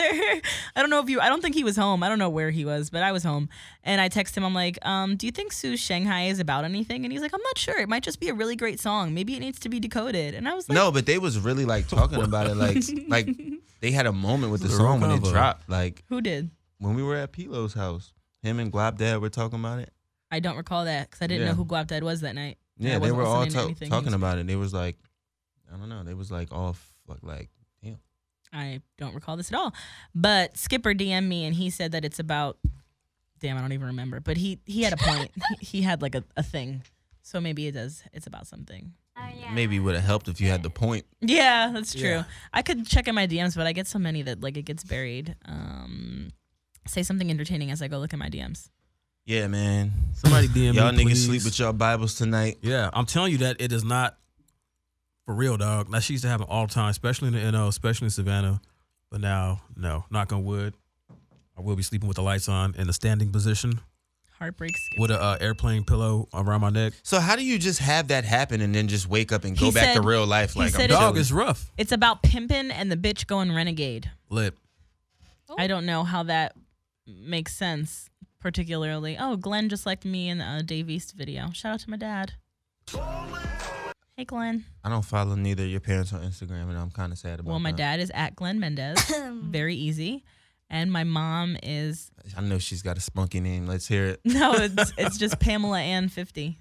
S6: I don't know if you. I don't think he was home. I don't know where he was, but I was home, and I text him. I'm like, um, "Do you think Sue's Shanghai is about anything?" And he's like, "I'm not sure. It might just be a really great song. Maybe it needs to be decoded." And I was like.
S9: No, but they was really like talking about it, like like they had a moment with the
S10: This is a real
S9: song when it
S10: combo.
S9: dropped. Like
S6: Who did?
S9: when we were at Pilo's house, him and Glob Dad were talking about it.
S6: I don't recall that because I didn't
S9: Yeah.
S6: know who Guap Dad was that night. And I
S9: Yeah, they
S6: wasn't
S9: were all
S6: listening to
S9: ta-
S6: anything he
S9: talking
S6: was-
S9: about it. They was like, I don't know, they was like all fuck like
S6: I don't recall this at all. But Skipper DM'd me and he said that it's about. Damn, I don't even remember. But he he had a point. he, he had like a, a thing. So maybe it does. It's about something.
S4: Oh,
S9: maybe would have helped if you had the point.
S6: Yeah, that's true.
S10: Yeah.
S6: I could check in my DMs, but I get so many that like it gets buried. Um, say something entertaining as I go look at my DMs.
S9: Yeah, man.
S10: somebody DM
S9: y'all niggas
S10: me, please.
S9: sleep with y'all Bibles tonight.
S10: Yeah, I'm telling you that it is not for real, dog. That she used to happen all the time, especially in the NO, especially in Savannah. But now, no, knock on wood. I will be sleeping with the lights on in a standing position
S6: Heartbreak. Skip.
S10: with a uh, airplane pillow around my neck.
S9: So how do you just have that happen and then just wake up and
S6: He
S9: go back
S6: said-
S9: to real life?
S6: he
S9: Like I'm
S6: said it-
S10: Dog
S9: dog
S10: is rough.
S6: It's about pimping and the bitch going renegade.
S10: Lip.
S6: I don't know how that makes sense, particularly. Oh, Glenn just liked me in a Dave East video. Shout out to my dad. Hey, Glenn.
S9: I don't follow neither of your parents on Instagram, and I'm kind of sad about.
S6: Well, my
S9: that.
S6: dad is at Glenn Mendez. Very easy. And my mom is,
S9: I know she's got a spunky name. Let's hear it.
S6: no, it's, it's just Pamela Ann 50.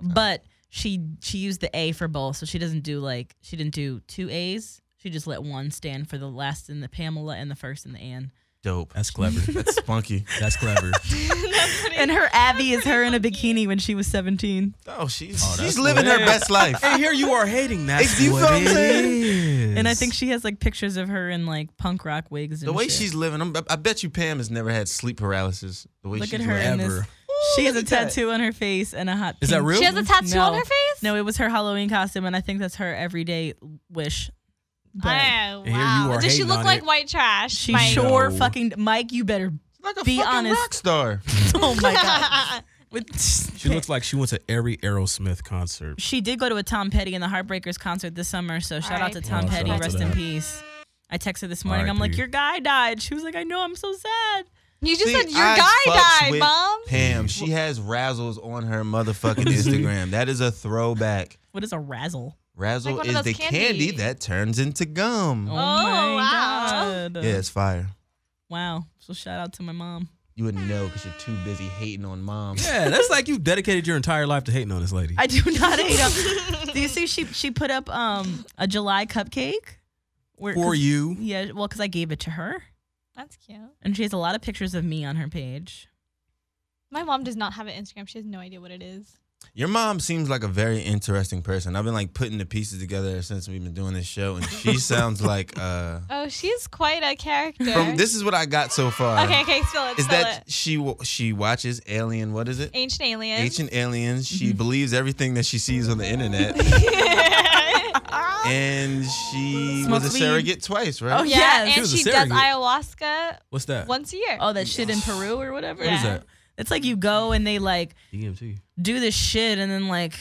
S6: But she she used the A for both, so she doesn't do like, she didn't do two A's. She just let one stand for the last and the Pamela and the first and the Ann.
S9: Dope.
S10: That's clever.
S9: That's funky.
S10: That's clever.
S6: And her Abby is her in a bikini when she was 17.
S9: Oh, she's she's living her
S10: lit.
S9: best life.
S10: and here you are hating that.
S9: Hey, do you feel what I'm saying?
S6: And I think she has like pictures of her in like punk rock wigs and
S9: The way
S6: shit.
S9: she's living, I'm, I bet you Pam has never had sleep paralysis. The way
S6: Look
S9: she's
S6: at her in
S9: living.
S6: this.
S10: Ever.
S6: She has a
S9: look at that.
S6: tattoo on her face and a hot.
S10: Is that
S6: pink-
S10: real?
S4: She has a tattoo on
S6: No.
S4: her face.
S6: No, it was her Halloween costume, and I think that's her everyday wish. But
S4: Oh,
S10: you
S4: wow.
S10: are
S4: Does she
S10: hating
S4: look
S10: on
S4: like
S10: it.
S4: white trash?
S6: she
S4: Mike?
S6: sure
S10: No.
S6: fucking Mike. You better
S9: Like a
S6: Be
S9: fucking
S6: honest.
S9: rock star.
S6: Oh my god. With
S10: She looks like she went to every Aerosmith concert.
S6: she did go to a Tom Petty and the Heartbreakers concert this summer, so shout out to
S4: R.I.P.
S6: Tom
S10: Oh, shout
S6: Petty,
S10: out to
S6: rest in
S10: them.
S6: peace. I texted her this morning. I'm like,
S10: R.I.P..
S6: your guy died. She was like, I know, I'm so sad.
S4: You just
S9: See,
S4: said your
S9: I fucks
S4: guy died,
S9: with
S4: mom.
S9: Pam, she has razzles on her motherfucking Instagram. That is a throwback.
S6: What is a razzle?
S9: Razzle
S4: Like one of
S9: is
S4: those
S9: the candy.
S4: candy.
S9: that turns into gum.
S6: Oh, uh.
S4: Oh, wow.
S6: god.
S9: Yeah, it's fire.
S6: Wow. So shout out to my mom.
S9: You wouldn't know because you're too busy hating on mom.
S10: Yeah, that's like you dedicated your entire life to hating on this lady.
S6: I do not hate him. do you see she she put up um a July cupcake? Where,
S10: For
S6: 'cause-
S10: you.
S6: Yeah, well, because I gave it to her.
S4: That's cute.
S6: And she has a lot of pictures of me on her page.
S4: My mom does not have an Instagram. She has no idea what it is.
S9: Your mom seems like a very interesting person. I've been like putting the pieces together since we've been doing this show, and she sounds like uh
S4: Oh, she's quite a character.
S9: from this is what I got so
S10: uh,
S9: far.
S4: okay, okay, spill it.
S9: Is
S4: spill
S9: that
S4: it.
S9: she wa- she watches Alien? What is it?
S4: Ancient aliens.
S9: Ancient Aliens. She believes everything that she sees on the internet,
S4: Ah.
S9: and she
S6: Smokes
S9: was a
S6: weed.
S9: surrogate twice, right?
S6: Oh,
S4: yeah,
S6: Yes. She
S4: and
S10: was a
S4: she does
S10: surrogate.
S4: ayahuasca
S10: What's that?
S4: once a year.
S6: Oh, that shit in Peru or whatever.
S4: What is
S10: that?
S6: It's like you go and they like
S10: DMT.
S6: do this shit and then like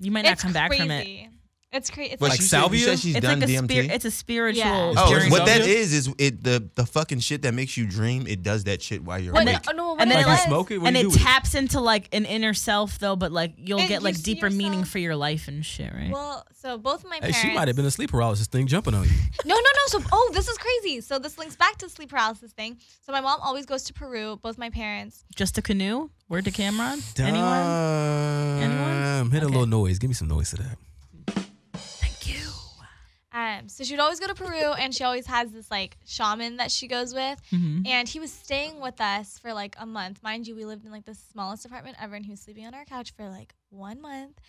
S6: you might not
S4: it's
S6: come back
S4: crazy.
S6: from it.
S4: It's crazy. It's
S9: But
S4: like
S9: she
S10: salvia?
S9: Said, you said she's
S6: it's
S9: done
S6: like a
S9: DMT.
S6: It's a spiritual.
S4: Yeah.
S10: It's
S9: Oh,
S10: curing
S9: what that
S10: something?
S9: is is it the the fucking shit that makes you dream. It does that shit while you're
S4: what,
S9: awake.
S4: oh, no, what
S6: and
S4: it
S6: then
S10: Like
S6: it
S10: you
S4: was-
S10: smoke it? What
S6: and
S10: do you
S6: it
S10: do with it?
S6: taps into like an inner self though, but like you'll
S4: And
S6: get
S4: you
S6: like
S4: see
S6: deeper meaning
S4: yourself.
S6: for your life and shit, right?
S4: Well, so both my
S10: Hey,
S4: parents.
S10: she might have been a sleep paralysis thing jumping on you.
S4: No, no, no. So, oh, this is crazy. So this links back to the sleep paralysis thing. So my mom always goes to Peru. Both my parents.
S6: Just a canoe. Word to Cameron. Anyone?
S10: Damn.
S6: Anyone?
S10: Hit a
S6: Okay.
S10: little noise. Give me some noise to that.
S6: Thank you.
S4: Um, so she would always go to Peru, and she always has this like shaman that she goes with,
S6: Mhm.
S4: and he was staying with us for like a month. Mind you, we lived in like the smallest apartment ever, and he was sleeping on our couch for like one month.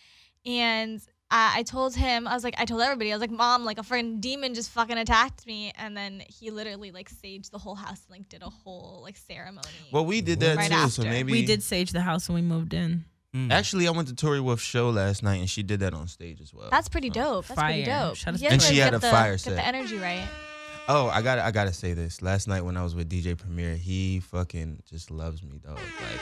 S4: And I, I told him, I was like, I told everybody, I was like, Mom, like a friend demon just fucking attacked me, and then he literally like saged the whole house and like did a whole like ceremony.
S9: Well, we did that
S4: Right
S9: too, so
S4: after.
S9: maybe
S6: We did sage the house when we moved in.
S10: Hmm.
S9: Actually, I went to Tori Wolf's show last night, and she did that on stage as well.
S4: That's pretty dope. That's pretty
S6: Fire.
S4: dope.
S6: Shout out to Fire.
S4: You have to
S9: uh, And she had
S4: get
S9: a
S4: the,
S9: fire
S4: get
S9: set.
S4: the energy right.
S9: Oh, I got to I gotta say this. Last night when I was with DJ Premier, he fucking just loves me, dog. Like,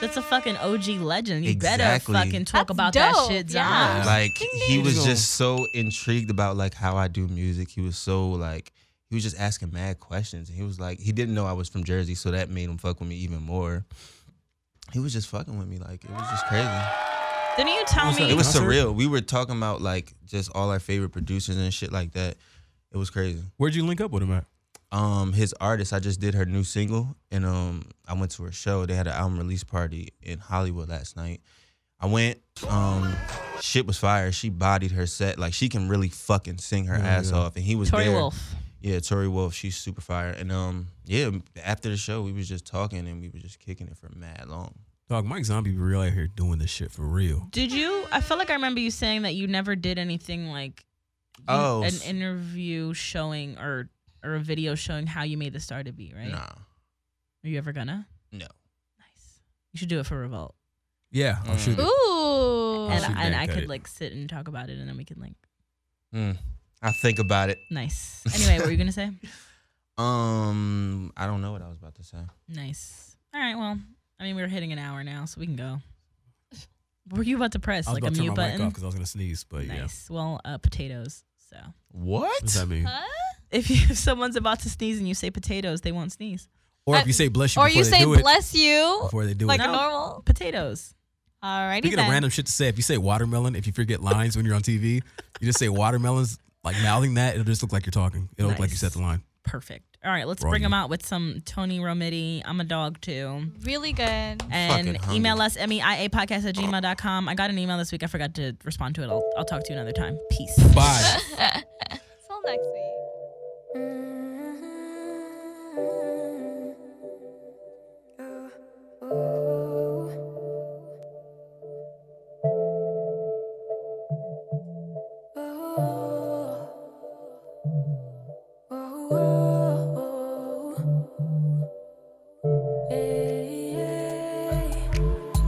S6: That's a fucking OG legend. You
S9: Exactly.
S6: better fucking talk
S4: That's
S6: about that
S4: dope,
S6: shit, Zion.
S4: yeah.
S9: like he was
S10: ding.
S9: just so intrigued about like how I do music. He was so like he was just asking mad questions, and he was like he didn't know I was from Jersey, so that made him fuck with me even more. He was just fucking with me, like it was just crazy.
S6: Didn't you tell me?
S9: It was
S10: Concert?
S9: surreal. We were talking about like just all our favorite producers and shit like that. It was crazy.
S10: Where'd you link up with him at?
S9: Um, his artist, I just did her new single, and um, I went to her show. They had an album release party in Hollywood last night. I went. Um, shit was fire. She bodied her set. Like she can really fucking sing her ass off. And he was
S6: Tori
S9: there.
S6: Wolf.
S9: Yeah, Tori Wolf. She's super fire. And um, yeah. After the show, we was just talking and we were just kicking it for mad long.
S10: Dog, Mike Zombie be real out here doing this shit for real.
S6: Did you? I feel like I remember you saying that you never did anything like you-
S9: Oh,
S6: an
S9: s-
S6: interview showing or or a video showing how you made the star to be, right?
S9: Nah,
S6: Are you ever gonna?
S9: no.
S6: Nice. You should do it for Revolt,
S10: Yeah, I'll
S9: Mm.
S10: shoot it.
S4: Ooh.
S10: I
S6: and,
S10: should
S6: and I
S10: back at
S6: could
S10: it.
S6: like sit and talk about it, and then we could like
S9: Mm, I think about it.
S6: nice. Anyway, what were you gonna say?
S9: Um, I don't know what I was about to say.
S6: Nice. All right. Well, I mean, we're hitting an hour now, so we can go. Were you about to press
S10: I was
S6: like a
S10: about to turn
S6: mute
S10: my mic
S6: button?
S10: off because I was gonna sneeze, but yeah. What
S6: Nice. Well, uh, potatoes. So
S9: What?
S10: does that mean?
S4: Huh?
S6: if you, if someone's about to sneeze and you say potatoes, they won't sneeze.
S10: Or
S6: Uh,
S10: if you say bless you
S4: Or
S10: before
S4: you
S10: they
S4: say
S10: do it,
S4: bless you
S10: before they do
S4: like
S10: it.
S4: a normal.
S6: Potatoes.
S4: Alrighty
S10: Speaking of
S4: then.
S10: random shit to say, if you say watermelon, if you forget lines when you're on TV, you just say watermelons, like mouthing that, it'll just look like you're talking. It'll look like you
S6: Nice.
S10: said the line.
S6: Perfect. All right, let's
S10: Wrong
S6: bring
S10: you.
S6: them out with some Tony Romitti. I'm a dog too.
S4: really good.
S6: And
S9: fucking
S6: email us, MEIA podcast at gmail.com. I got an email this week. I forgot to respond to it. I'll, I'll talk to you another time. Peace.
S10: Bye.
S4: So Till next week.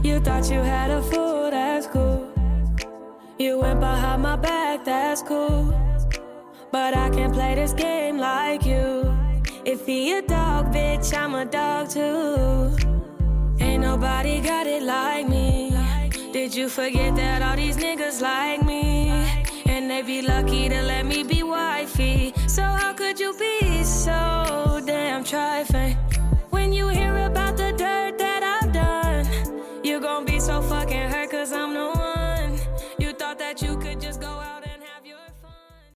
S1: You thought you had a fool, that's cool. You went behind my back, that's cool. But I can play this game like you. If he a dog, bitch, I'm a dog too. Ain't nobody got it like me. Did you forget that all these niggas like me? And they be lucky to let me be wifey.